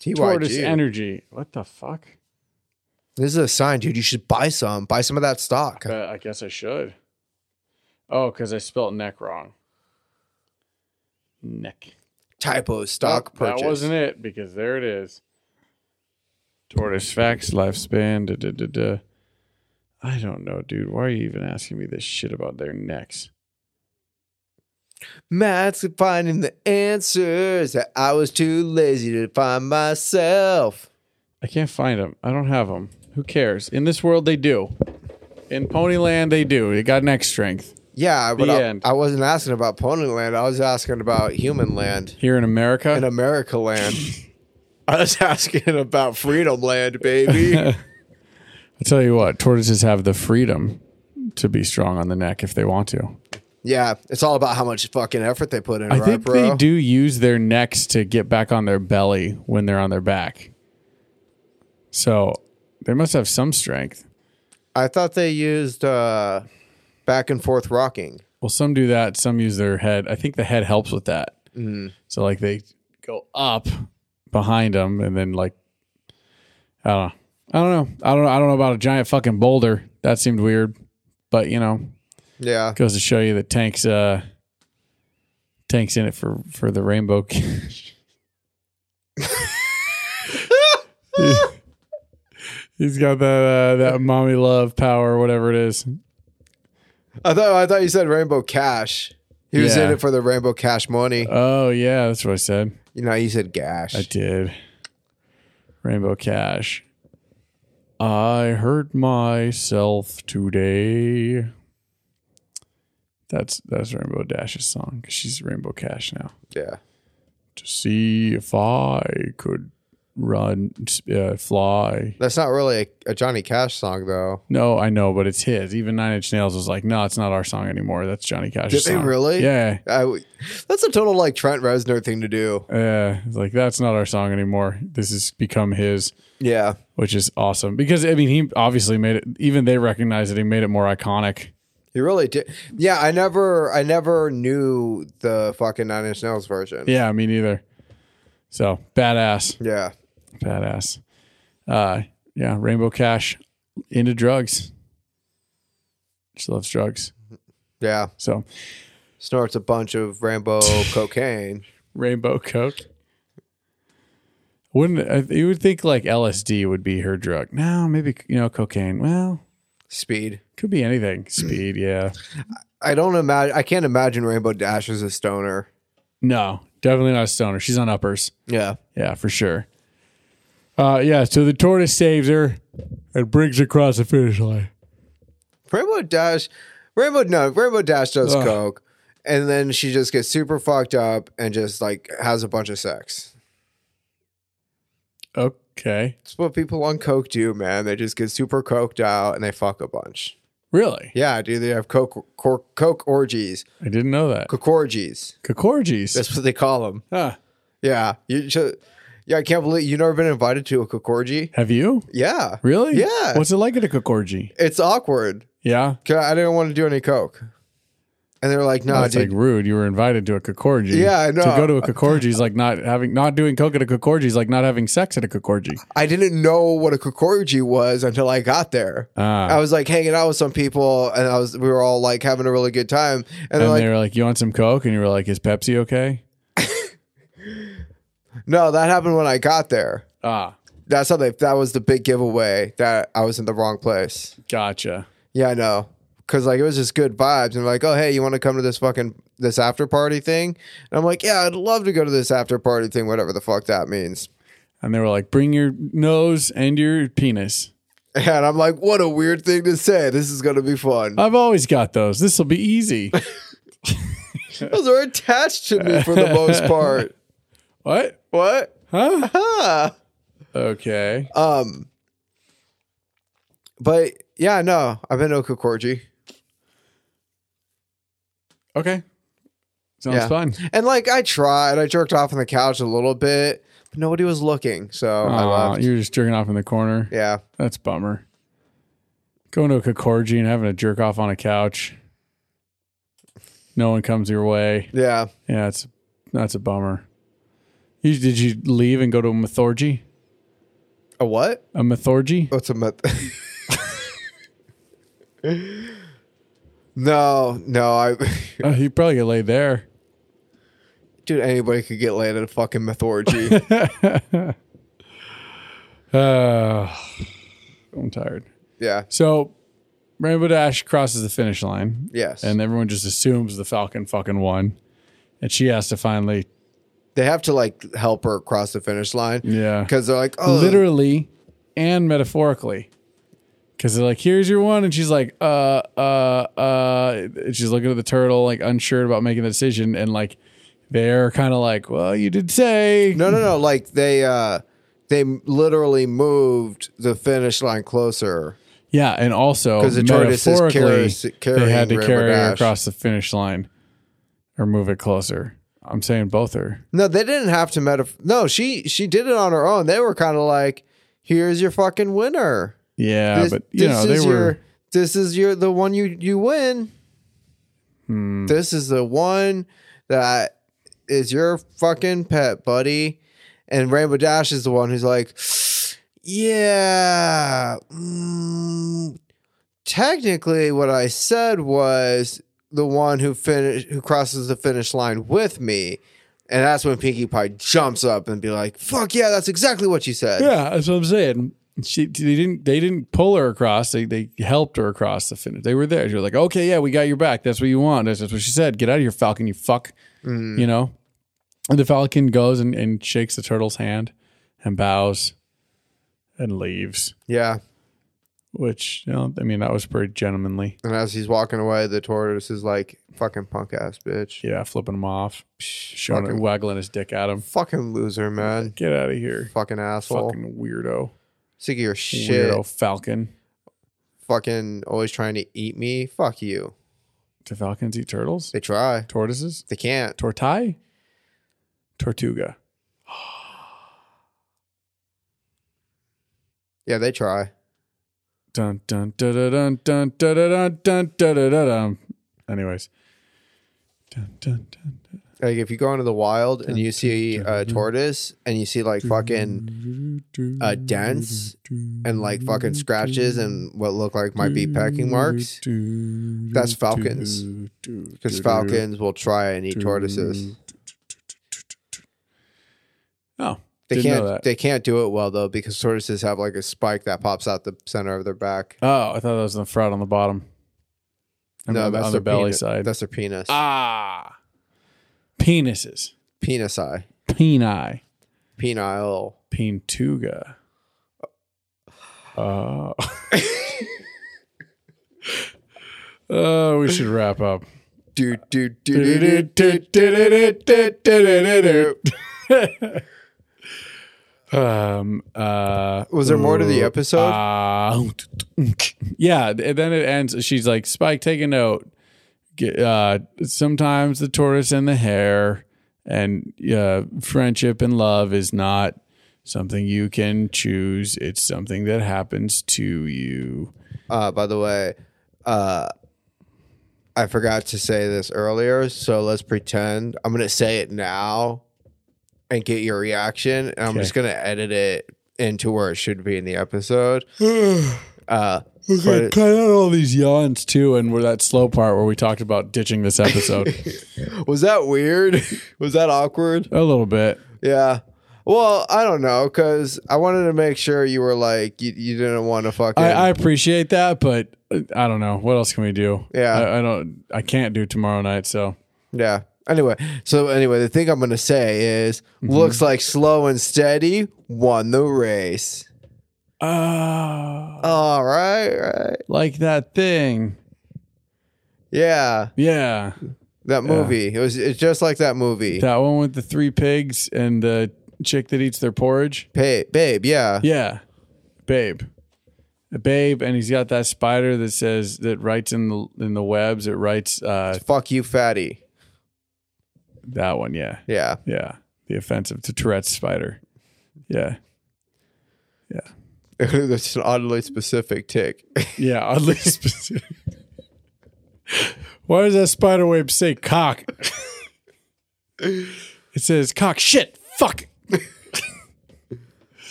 Speaker 3: TYG.
Speaker 2: Tortoise energy. What the fuck?
Speaker 3: this is a sign, dude. You should buy some. Buy some of that stock.
Speaker 2: Uh, I guess I should. Oh, because I spelled neck wrong. Neck.
Speaker 3: Typo stock
Speaker 2: Nope,
Speaker 3: purchase.
Speaker 2: That wasn't it because there it is. Tortoise facts, lifespan. Da, da, da, da. I don't know, dude. Why are you even asking me this shit about their necks?
Speaker 3: Matt's finding the answers that I was too lazy to find myself.
Speaker 2: I can't find them. I don't have them. Who cares? In this world, they do. In Ponyland, they do. They got neck strength.
Speaker 3: Yeah, but
Speaker 2: The
Speaker 3: I,
Speaker 2: end.
Speaker 3: I wasn't asking about Ponyland. I was asking about human land
Speaker 2: Here in America,
Speaker 3: and America land. I was asking about freedom land, baby.
Speaker 2: I tell you what, tortoises have the freedom to be strong on the neck if they want to.
Speaker 3: yeah, it's all about how much fucking effort they put in,
Speaker 2: I
Speaker 3: right,
Speaker 2: think
Speaker 3: bro?
Speaker 2: they do use their necks to get back on their belly when they're on their back. So they must have some strength.
Speaker 3: I thought they used uh, back and forth rocking.
Speaker 2: Well, some do that. Some use their head. I think the head helps with that.
Speaker 3: Mm-hmm.
Speaker 2: So like they go up behind them and then like I don't know. I don't know. I don't know. I don't know about a giant fucking boulder. That seemed weird, but you know,
Speaker 3: Yeah,
Speaker 2: goes to show you that tanks uh tanks in it for for the rainbow cash. he's got that uh, that mommy love power whatever it is
Speaker 3: I thought I thought you said Rainbow Cash. He was
Speaker 2: Yeah.
Speaker 3: in it for the Rainbow Cash money.
Speaker 2: oh yeah that's what i said
Speaker 3: you know, you said gash.
Speaker 2: i did rainbow cash i hurt myself today that's that's rainbow dash's song 'cause she's rainbow cash now
Speaker 3: yeah.
Speaker 2: to see if I could run, uh, fly.
Speaker 3: That's not really a, a Johnny Cash song, though.
Speaker 2: No, I know, but it's his. Even Nine Inch Nails was like, no, it's not our song anymore. That's Johnny Cash's
Speaker 3: Did they
Speaker 2: song."
Speaker 3: really?
Speaker 2: Yeah.
Speaker 3: I w that's a total like Trent Reznor thing to do.
Speaker 2: Yeah. It's like, that's not our song anymore. This has become his,
Speaker 3: Yeah,
Speaker 2: which is awesome. Because, I mean, he obviously made it, even they recognize that he made it more iconic.
Speaker 3: he really did. Yeah, I never, I never knew the fucking Nine Inch Nails version.
Speaker 2: Yeah, me neither. So, badass.
Speaker 3: Yeah.
Speaker 2: Badass. Uh, yeah, Rainbow Cash into drugs. She loves drugs.
Speaker 3: yeah.
Speaker 2: So,
Speaker 3: Snorts a bunch of Rambo cocaine.
Speaker 2: rainbow coke. Wouldn't I- you would think like LSD would be her drug? No, maybe you know cocaine. Well,
Speaker 3: Speed.
Speaker 2: could be anything. Speed, yeah.
Speaker 3: I don't imagine. I can't imagine Rainbow Dash as a stoner.
Speaker 2: No, definitely not a stoner. She's on uppers.
Speaker 3: Yeah.
Speaker 2: Yeah, for sure. Uh, yeah. So the tortoise saves her and brings her across the finish line.
Speaker 3: Rainbow Dash. Rainbow no. Rainbow Dash does
Speaker 2: Ugh.
Speaker 3: coke, and then she just gets super fucked up and just like has a bunch of sex.
Speaker 2: Okay,
Speaker 3: It's what people on coke do, man. They just get super coked out and they fuck a bunch.
Speaker 2: really?
Speaker 3: Yeah, dude, they have coke cor- coke orgies,
Speaker 2: I didn't know that.
Speaker 3: coke orgies.
Speaker 2: Kokorjis.
Speaker 3: That's what they call them.
Speaker 2: Huh.
Speaker 3: Yeah, you ju- yeah, I can't believe you never been invited to a coke orgy.
Speaker 2: Have you
Speaker 3: Yeah,
Speaker 2: really?
Speaker 3: Yeah.
Speaker 2: What's it like at a kokorji?
Speaker 3: it's awkward.
Speaker 2: Yeah.
Speaker 3: 'Cause I didn't want to do any coke, and they're like, "No,
Speaker 2: That's
Speaker 3: Oh, dude."
Speaker 2: like rude. You were invited to a kokorji.
Speaker 3: Yeah, I know.
Speaker 2: To go to a kokorji is like not having, not doing coke at a kokorji is like not having sex at a kokorji.
Speaker 3: I didn't know what a coke orgy was until I got there. I
Speaker 2: Ah.
Speaker 3: was like hanging out with some people, and I was we were all like having a really good time, and they're
Speaker 2: and
Speaker 3: like,
Speaker 2: they were like, "You want some coke?" And you were like, "Is Pepsi okay?"
Speaker 3: "No, that happened when I got there."
Speaker 2: Ah,
Speaker 3: That's how they. That was the big giveaway that I was in the wrong place.
Speaker 2: gotcha.
Speaker 3: Yeah, I know. because like it was just good vibes and like oh hey you want to come to this fucking this after party thing and i'm like yeah i'd love to go to this after party thing whatever the fuck that means
Speaker 2: And they were like, bring your nose and your penis.
Speaker 3: and i'm like what a weird thing to say this is gonna be fun
Speaker 2: I've always got those. This will be easy.
Speaker 3: those are attached to me for the most part
Speaker 2: what?
Speaker 3: what
Speaker 2: Huh?
Speaker 3: huh
Speaker 2: Okay.
Speaker 3: um but yeah no i've been to Kokorji.
Speaker 2: Okay. Sounds
Speaker 3: Yeah.
Speaker 2: fun.
Speaker 3: and like i tried i jerked off on the couch a little bit but nobody was looking so i
Speaker 2: Aw,
Speaker 3: left
Speaker 2: you're just jerking off in the corner.
Speaker 3: yeah
Speaker 2: That's a bummer. Going to a Kokorji and having a jerk off on a couch. No one comes your way.
Speaker 3: yeah
Speaker 2: Yeah, it's that's a bummer. You, did you leave and go to a Mithorgy?
Speaker 3: a what
Speaker 2: A Mithorgy?
Speaker 3: What's a myth? no, no, I
Speaker 2: Oh, you probably get laid there.
Speaker 3: dude, anybody could get laid at a fucking mythology.
Speaker 2: Uh, I'm tired.
Speaker 3: yeah.
Speaker 2: So Rainbow Dash crosses the finish line.
Speaker 3: Yes.
Speaker 2: And everyone just assumes the Falcon fucking won. And she has to finally,
Speaker 3: they have to like help her across the finish line.
Speaker 2: yeah.
Speaker 3: Because they're like, oh literally
Speaker 2: literally and metaphorically. Because they're like, here's your one. And she's like, uh, uh, uh. and She's looking at the turtle, like, unsure about making the decision. And, like, they're kind of like, well, you did say.
Speaker 3: No no no, like they uh they literally moved the finish line closer.
Speaker 2: Yeah. And also,
Speaker 3: 'Cause the tortoise is
Speaker 2: metaphorically,
Speaker 3: carry-
Speaker 2: they had to
Speaker 3: carrying
Speaker 2: carry her
Speaker 3: Rainbow Dash.
Speaker 2: across the finish line or move it closer. I'm saying both are.
Speaker 3: No, they didn't have to metaf no, she she did it on her own. They were kinda like, here's your fucking winner.
Speaker 2: Yeah. but, you know, they
Speaker 3: is
Speaker 2: were.
Speaker 3: your, this is your the one you you win.
Speaker 2: Hmm.
Speaker 3: This is the one that is your fucking pet, buddy. And Rainbow Dash is the one who's like, yeah. mm, technically, what I said was the one who finish who crosses the finish line with me. And that's when Pinkie Pie jumps up and be like, "Fuck yeah, that's exactly what you said."
Speaker 2: Yeah, that's what I'm saying. She they didn't they didn't pull her across. They they helped her across the finish. They were there. She was like, okay, yeah, we got your back. That's what you want. That's, that's what she said. Get out of here, Falcon. You fuck.
Speaker 3: Mm.
Speaker 2: You know. And the Falcon goes and, and shakes the turtle's hand and bows and leaves.
Speaker 3: Yeah.
Speaker 2: Which you know, I mean, that was pretty gentlemanly.
Speaker 3: And as he's walking away, the tortoise is like, fucking punk ass bitch.
Speaker 2: Yeah, flipping him off, showing
Speaker 3: fucking-
Speaker 2: it, waggling his dick at him.
Speaker 3: Fucking loser, man.
Speaker 2: Get out of here,
Speaker 3: Fucking asshole.
Speaker 2: fucking weirdo,
Speaker 3: Sick of your shit.
Speaker 2: weirdo Falcon.
Speaker 3: Fucking always trying to eat me. Fuck you.
Speaker 2: Do falcons eat turtles?
Speaker 3: They try.
Speaker 2: Tortoises?
Speaker 3: They can't.
Speaker 2: Tortai? Tortuga.
Speaker 3: Yeah, they try.
Speaker 2: Dun dun dun dun dun dun dun dun dun dun dun dun dun. Anyways. Dun dun dun.
Speaker 3: Like if you go into the wild and you see a tortoise and you see like fucking
Speaker 2: dun.
Speaker 3: uh, dents and like fucking scratches and what look like might be pecking marks, that's falcons. because falcons will try and eat tortoises.
Speaker 2: Oh.
Speaker 3: They
Speaker 2: didn't know
Speaker 3: can't.
Speaker 2: that.
Speaker 3: They can't do it well though because tortoises have like a spike that pops out the center of their back.
Speaker 2: Oh, I thought that was the front on the bottom. I mean,
Speaker 3: No,
Speaker 2: on the-
Speaker 3: that's
Speaker 2: on
Speaker 3: their
Speaker 2: the belly
Speaker 3: penis.
Speaker 2: side.
Speaker 3: That's their penis.
Speaker 2: ah. Penises.
Speaker 3: penis eye.
Speaker 2: Peni.
Speaker 3: Penile.
Speaker 2: Pintuga. Uh, uh, we should wrap up.
Speaker 3: Do do do do do.
Speaker 2: um, uh,
Speaker 3: Was there more to the episode?
Speaker 2: uh, yeah, and then it ends. She's like, Spike, take a note. Get, uh, sometimes the tortoise and the hare and uh, friendship and love is not something you can choose. It's something that happens to you.
Speaker 3: Uh, by the way, uh, I forgot to say this earlier, so let's pretend I'm gonna say it now and get your reaction. And I'm just gonna edit it into where it should be in the episode. uh, but it-
Speaker 2: Cut out all these yawns too, and we're that slow part where we talked about ditching this episode
Speaker 3: was that weird? was that awkward?
Speaker 2: a little bit.
Speaker 3: Yeah. Well, I don't know because I wanted to make sure you were like you, you didn't want to fucking.
Speaker 2: I, I appreciate that, but uh, I don't know what else can we do.
Speaker 3: Yeah.
Speaker 2: I, I don't. I can't do tomorrow night. So
Speaker 3: yeah. Anyway, so anyway, the thing I'm gonna say is,
Speaker 2: Mm-hmm.
Speaker 3: looks like slow and steady won the race.
Speaker 2: ah,
Speaker 3: All right, right,
Speaker 2: like that thing.
Speaker 3: yeah,
Speaker 2: Yeah,
Speaker 3: that movie. It was it's just like that movie,
Speaker 2: that one with the three pigs and the chick that eats their porridge.
Speaker 3: Ba- babe. Yeah,
Speaker 2: Yeah, babe, babe, and he's got that spider that says that writes in the in the webs. It writes uh,
Speaker 3: fuck you, fatty.
Speaker 2: that one. Yeah,
Speaker 3: Yeah,
Speaker 2: yeah, the offensive to Tourette's spider. Yeah,
Speaker 3: that's an oddly specific tick.
Speaker 2: yeah, oddly specific. Why does that spider web say cock? it says cock shit fuck.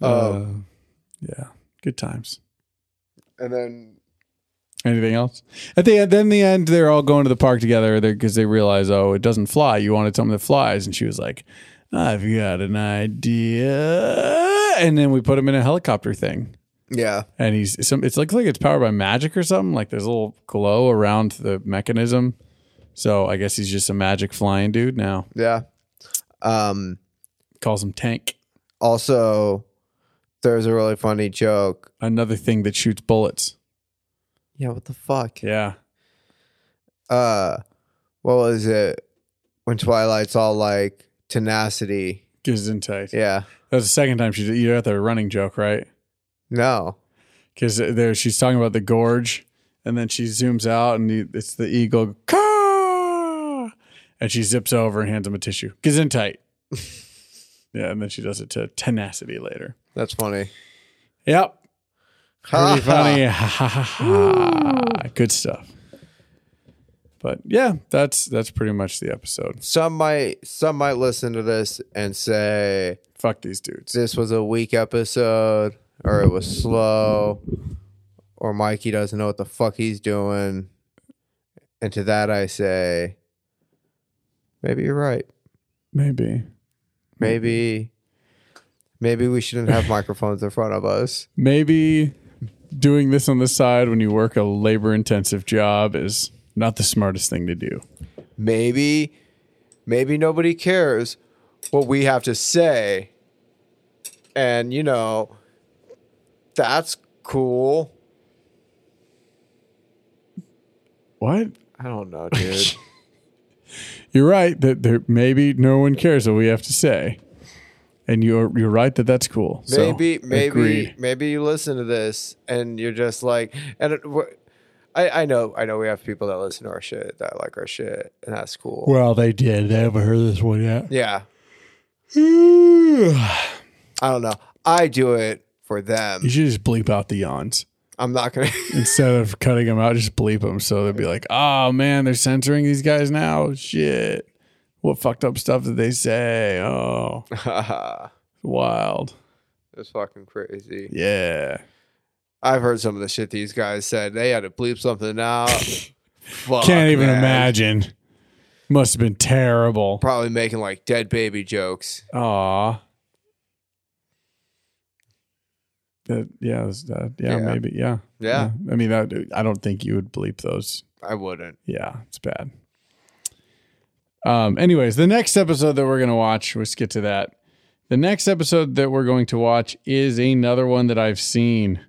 Speaker 2: Uh, yeah, good times.
Speaker 3: and then
Speaker 2: Anything else? At the end, then the end, they're all going to the park together because they realize, oh, it doesn't fly. You wanted something that flies, and she was like, "I've got an idea." And then we put him in a helicopter thing,
Speaker 3: yeah,
Speaker 2: and he's some. It's like like it's powered by magic or something. Like there's a little glow around the mechanism. So I guess he's just a magic flying dude now.
Speaker 3: yeah. Um.
Speaker 2: Calls him Tank.
Speaker 3: Also, there's a really funny joke.
Speaker 2: Another thing that shoots bullets.
Speaker 3: Yeah, what the fuck?
Speaker 2: Yeah,
Speaker 3: Uh, what was it when Twilight's all like tenacity?
Speaker 2: Gesundheit.
Speaker 3: Yeah,
Speaker 2: That was the second time she. did- You got the running joke right.
Speaker 3: no,
Speaker 2: because there she's talking about the gorge, and then she zooms out, and the, it's the eagle, "Caw!" and she zips over and hands him a tissue. Gets in tight. yeah, and then she does it to tenacity later.
Speaker 3: that's funny.
Speaker 2: Yep,
Speaker 3: Ha,
Speaker 2: pretty
Speaker 3: ha.
Speaker 2: funny. Ha, ha, ha, ha. Good stuff. But yeah, that's that's pretty much the episode.
Speaker 3: Some might some might listen to this and say
Speaker 2: Fuck these dudes.
Speaker 3: this was a weak episode, or it was slow, or Mikey doesn't know what the fuck he's doing. And to that I say, maybe you're right.
Speaker 2: Maybe,
Speaker 3: Maybe, maybe we shouldn't have microphones in front of us.
Speaker 2: maybe doing this on the side when you work a labor-intensive job is not the smartest thing to do.
Speaker 3: Maybe, maybe nobody cares what we have to say. And, you know, that's cool.
Speaker 2: What?
Speaker 3: I don't know, dude.
Speaker 2: You're right that there maybe no one cares what we have to say, and you're you're right that that's cool. So,
Speaker 3: maybe, maybe,
Speaker 2: agreed.
Speaker 3: maybe you listen to this and you're just like, and it, wh- I, I know, I know we have people that listen to our shit that like our shit, and that's cool.
Speaker 2: Well, they did. They haven't heard this one yet.
Speaker 3: yeah,
Speaker 2: you
Speaker 3: I don't know. I do it for them.
Speaker 2: should just bleep out the yawns
Speaker 3: I'm not gonna.
Speaker 2: instead of cutting them out. Just bleep them so they'd be like, "Oh man, they're censoring these guys now. Shit, what fucked up stuff did they say? Oh, wild.
Speaker 3: it's fucking crazy.
Speaker 2: Yeah,
Speaker 3: I've heard some of the shit these guys said. They had to bleep something out. Fuck,
Speaker 2: can't even
Speaker 3: man.
Speaker 2: imagine. Must have been terrible.
Speaker 3: Probably making like dead baby jokes.
Speaker 2: Aw. That, yeah, that's- that, yeah,
Speaker 3: Yeah.
Speaker 2: maybe, yeah,
Speaker 3: Yeah.
Speaker 2: I mean, that, I don't think you would bleep those.
Speaker 3: I wouldn't.
Speaker 2: Yeah, it's bad. Um. Anyways, the next episode that we're gonna watch, let's get to that. The next episode that we're going to watch is another one that I've seen.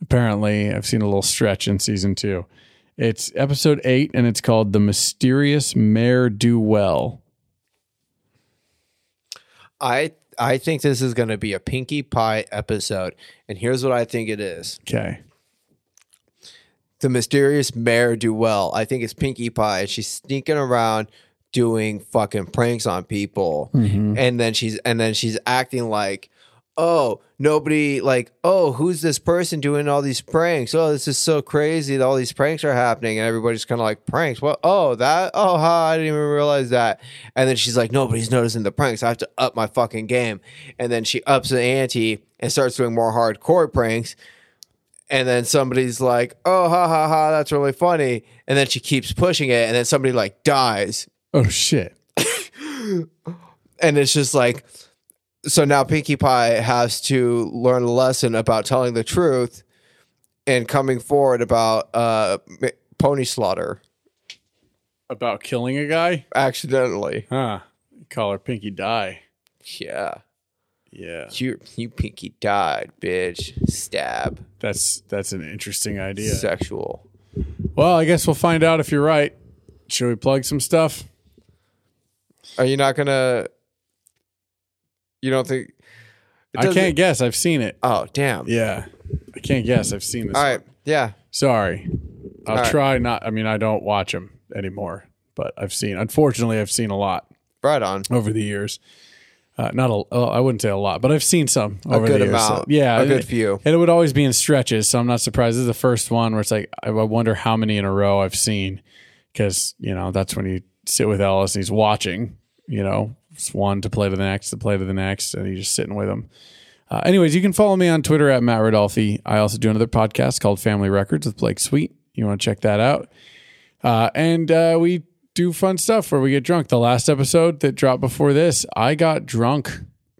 Speaker 2: Apparently, I've seen a little stretch in season two. It's episode eight, and it's called "The Mysterious Mayor Do Well."
Speaker 3: I I think this is going to be a Pinkie Pie episode, and here's what I think it is:
Speaker 2: Okay.
Speaker 3: the mysterious Mayor Duell. I think it's Pinkie Pie, and she's sneaking around doing fucking pranks on people, and then she's and then she's acting like. Oh, nobody like, oh, who's this person doing all these pranks? Oh, this is so crazy that all these pranks are happening and everybody's kind of like pranks. Well, oh, that, oh, ha, I didn't even realize that. And then she's like, nobody's noticing the pranks. I have to up my fucking game. And then she ups the ante and starts doing more hardcore pranks and then somebody's like, "Oh, ha ha ha, that's really funny," and then she keeps pushing it, and then somebody like dies,
Speaker 2: Oh shit.
Speaker 3: and it's just like, so now Pinkie Pie has to learn a lesson about telling the truth and coming forward about uh, m- pony slaughter
Speaker 2: About killing a guy?
Speaker 3: accidentally.
Speaker 2: Huh. Call her Pinky Die.
Speaker 3: Yeah,
Speaker 2: Yeah.
Speaker 3: you you Pinkie died, bitch. Stab.
Speaker 2: That's that's an interesting idea.
Speaker 3: Sexual.
Speaker 2: Well, I guess we'll find out if you're right. Should we plug some stuff?
Speaker 3: Are you not gonna? You don't think? It
Speaker 2: I
Speaker 3: doesn't-
Speaker 2: can't guess. I've seen it.
Speaker 3: Oh damn!
Speaker 2: Yeah. I can't guess. I've seen this.
Speaker 3: All right. Yeah.
Speaker 2: Sorry. I'll
Speaker 3: All right.
Speaker 2: try not. I mean, I don't watch them anymore, but I've seen, unfortunately, I've seen a lot
Speaker 3: Right on.
Speaker 2: over the years. Uh, not a, oh, I wouldn't say a lot, but I've seen some over
Speaker 3: good
Speaker 2: the years.
Speaker 3: amount.
Speaker 2: yeah,
Speaker 3: A good
Speaker 2: and-
Speaker 3: few.
Speaker 2: and it would always be in stretches. So I'm not surprised. This is the first one where it's like I I wonder how many in a row I've seen because you know that's when you sit with Ellis and he's watching. You know, it's one to play to the next, to play to the next, and you're just sitting with him. Uh, anyways, you can follow me on Twitter at Matt Rodolfi. I also do another podcast called Family Records with Blake Sweet. You want to check that out? Uh, and uh, we do fun stuff where we get drunk. The last episode that dropped before this, I got drunk,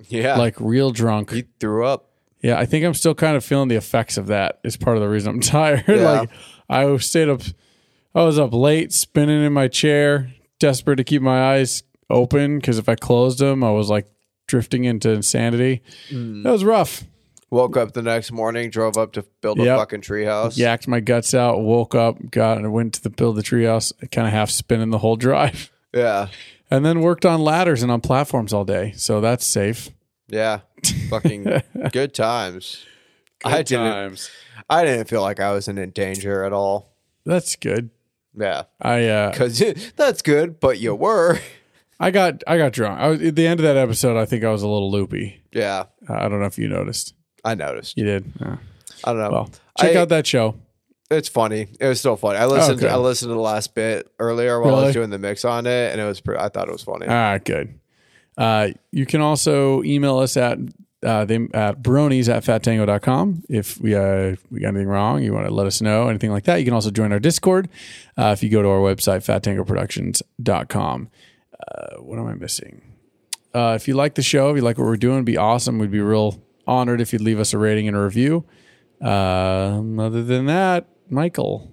Speaker 3: Yeah.
Speaker 2: like real drunk.
Speaker 3: you threw up.
Speaker 2: Yeah, I think I'm still kind of feeling the effects of that. Is part of the reason I'm tired. like I stayed up, I was up late, spinning in my chair, desperate to keep my eyes open because if I closed them, I was like drifting into insanity. That was rough.
Speaker 3: Woke up the next morning, drove up to build a
Speaker 2: Yep.
Speaker 3: fucking treehouse.
Speaker 2: Yacked my guts out. Woke up, got and went to the build the treehouse. Kind of half spinning the whole drive.
Speaker 3: Yeah.
Speaker 2: and then worked on ladders and on platforms all day. So that's safe.
Speaker 3: Yeah. Fucking good times. I didn't I didn't feel like I was in danger at all.
Speaker 2: That's good.
Speaker 3: Yeah.
Speaker 2: I uh,
Speaker 3: Cuz that's good, but you were.
Speaker 2: I got I got drunk. I was, at the end of that episode, I think I was a little loopy.
Speaker 3: Yeah.
Speaker 2: Uh, I don't know if you noticed.
Speaker 3: I noticed.
Speaker 2: You did. Uh,
Speaker 3: I don't know.
Speaker 2: well, check
Speaker 3: I-
Speaker 2: out that show.
Speaker 3: It's funny. It was still funny. I listened
Speaker 2: Okay.
Speaker 3: I listened to the last bit earlier while I
Speaker 2: Really?
Speaker 3: was doing the mix on it and it was pre- I thought it was funny.
Speaker 2: All right, Ah, good. Uh, you can also email us at uh, they, at bronies at fattango.com. If we, uh, we got anything wrong, you want to let us know, anything like that. You can also join our Discord uh, if you go to our website, fattangoproductions.com. Uh, what am I missing? Uh, if you like the show, if you like what we're doing, it'd be awesome. We'd be real honored if you'd leave us a rating and a review. Um, other than that, Michael.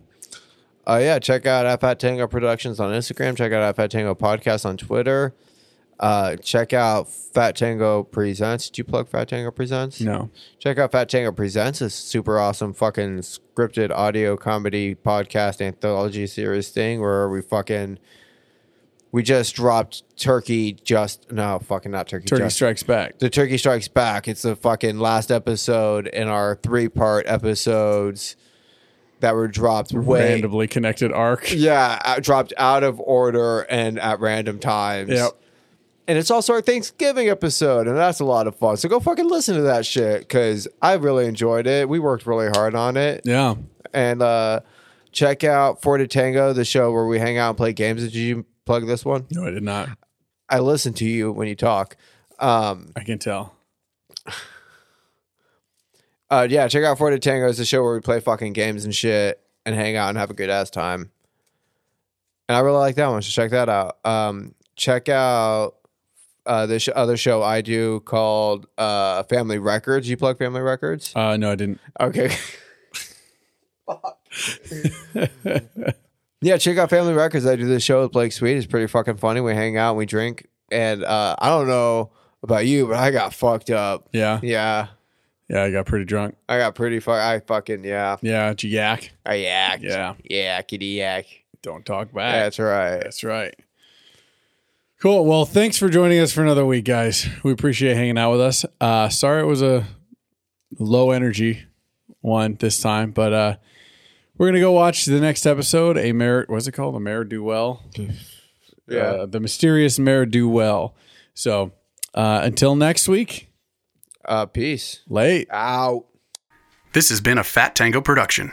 Speaker 3: Uh, yeah, check out F at Tango Productions on Instagram. Check out F at Tango Podcast on Twitter. Uh, check out Fat Tango Presents. Did you plug Fat Tango Presents?
Speaker 2: No.
Speaker 3: Check out Fat Tango Presents, a super awesome fucking scripted audio comedy podcast anthology series thing where we fucking we just dropped Turkey just no fucking not Turkey
Speaker 2: Turkey
Speaker 3: just,
Speaker 2: Strikes Back.
Speaker 3: the Turkey Strikes Back. It's the fucking last episode in our three part episodes that were dropped way
Speaker 2: Randomly connected arc.
Speaker 3: yeah, out- dropped out of order and at random times.
Speaker 2: Yep.
Speaker 3: And it's also our Thanksgiving episode, and that's a lot of fun. So go fucking listen to that shit because I really enjoyed it. We worked really hard on it.
Speaker 2: Yeah.
Speaker 3: And uh, check out Four to Tango, the show where we hang out and play games. Did you plug this one?
Speaker 2: No, I did not.
Speaker 3: I listen to you when you talk. Um,
Speaker 2: I can tell.
Speaker 3: Uh, yeah, check out Four to Tango. It's a show where we play fucking games and shit and hang out and have a good ass time. And I really like that one, so check that out. Um, check out uh, this other show I do called uh, Family Records. You plug Family Records?
Speaker 2: Uh, no, I didn't.
Speaker 3: Okay. yeah, check out Family Records. I do this show with Blake Sweet. It's pretty fucking funny. We hang out and we drink. And uh, I don't know about you, but I got fucked up.
Speaker 2: Yeah.
Speaker 3: Yeah.
Speaker 2: Yeah, I got pretty drunk.
Speaker 3: I got pretty fuck. I fucking, yeah.
Speaker 2: Yeah, did you yak?
Speaker 3: I yacked.
Speaker 2: Yeah.
Speaker 3: Yakety yak.
Speaker 2: Don't talk back.
Speaker 3: That's right.
Speaker 2: That's right. Cool. Well, thanks for joining us for another week, guys. We appreciate hanging out with us. Uh, sorry it was a low energy one this time, but uh, we're gonna go watch the next episode. A mayor, what's it called? A mayor do well.
Speaker 3: Yeah.
Speaker 2: Uh, the mysterious mayor do well. So uh, until next week,
Speaker 3: Uh, peace.
Speaker 2: late.
Speaker 3: Out.
Speaker 4: This has been a Fat Tango production.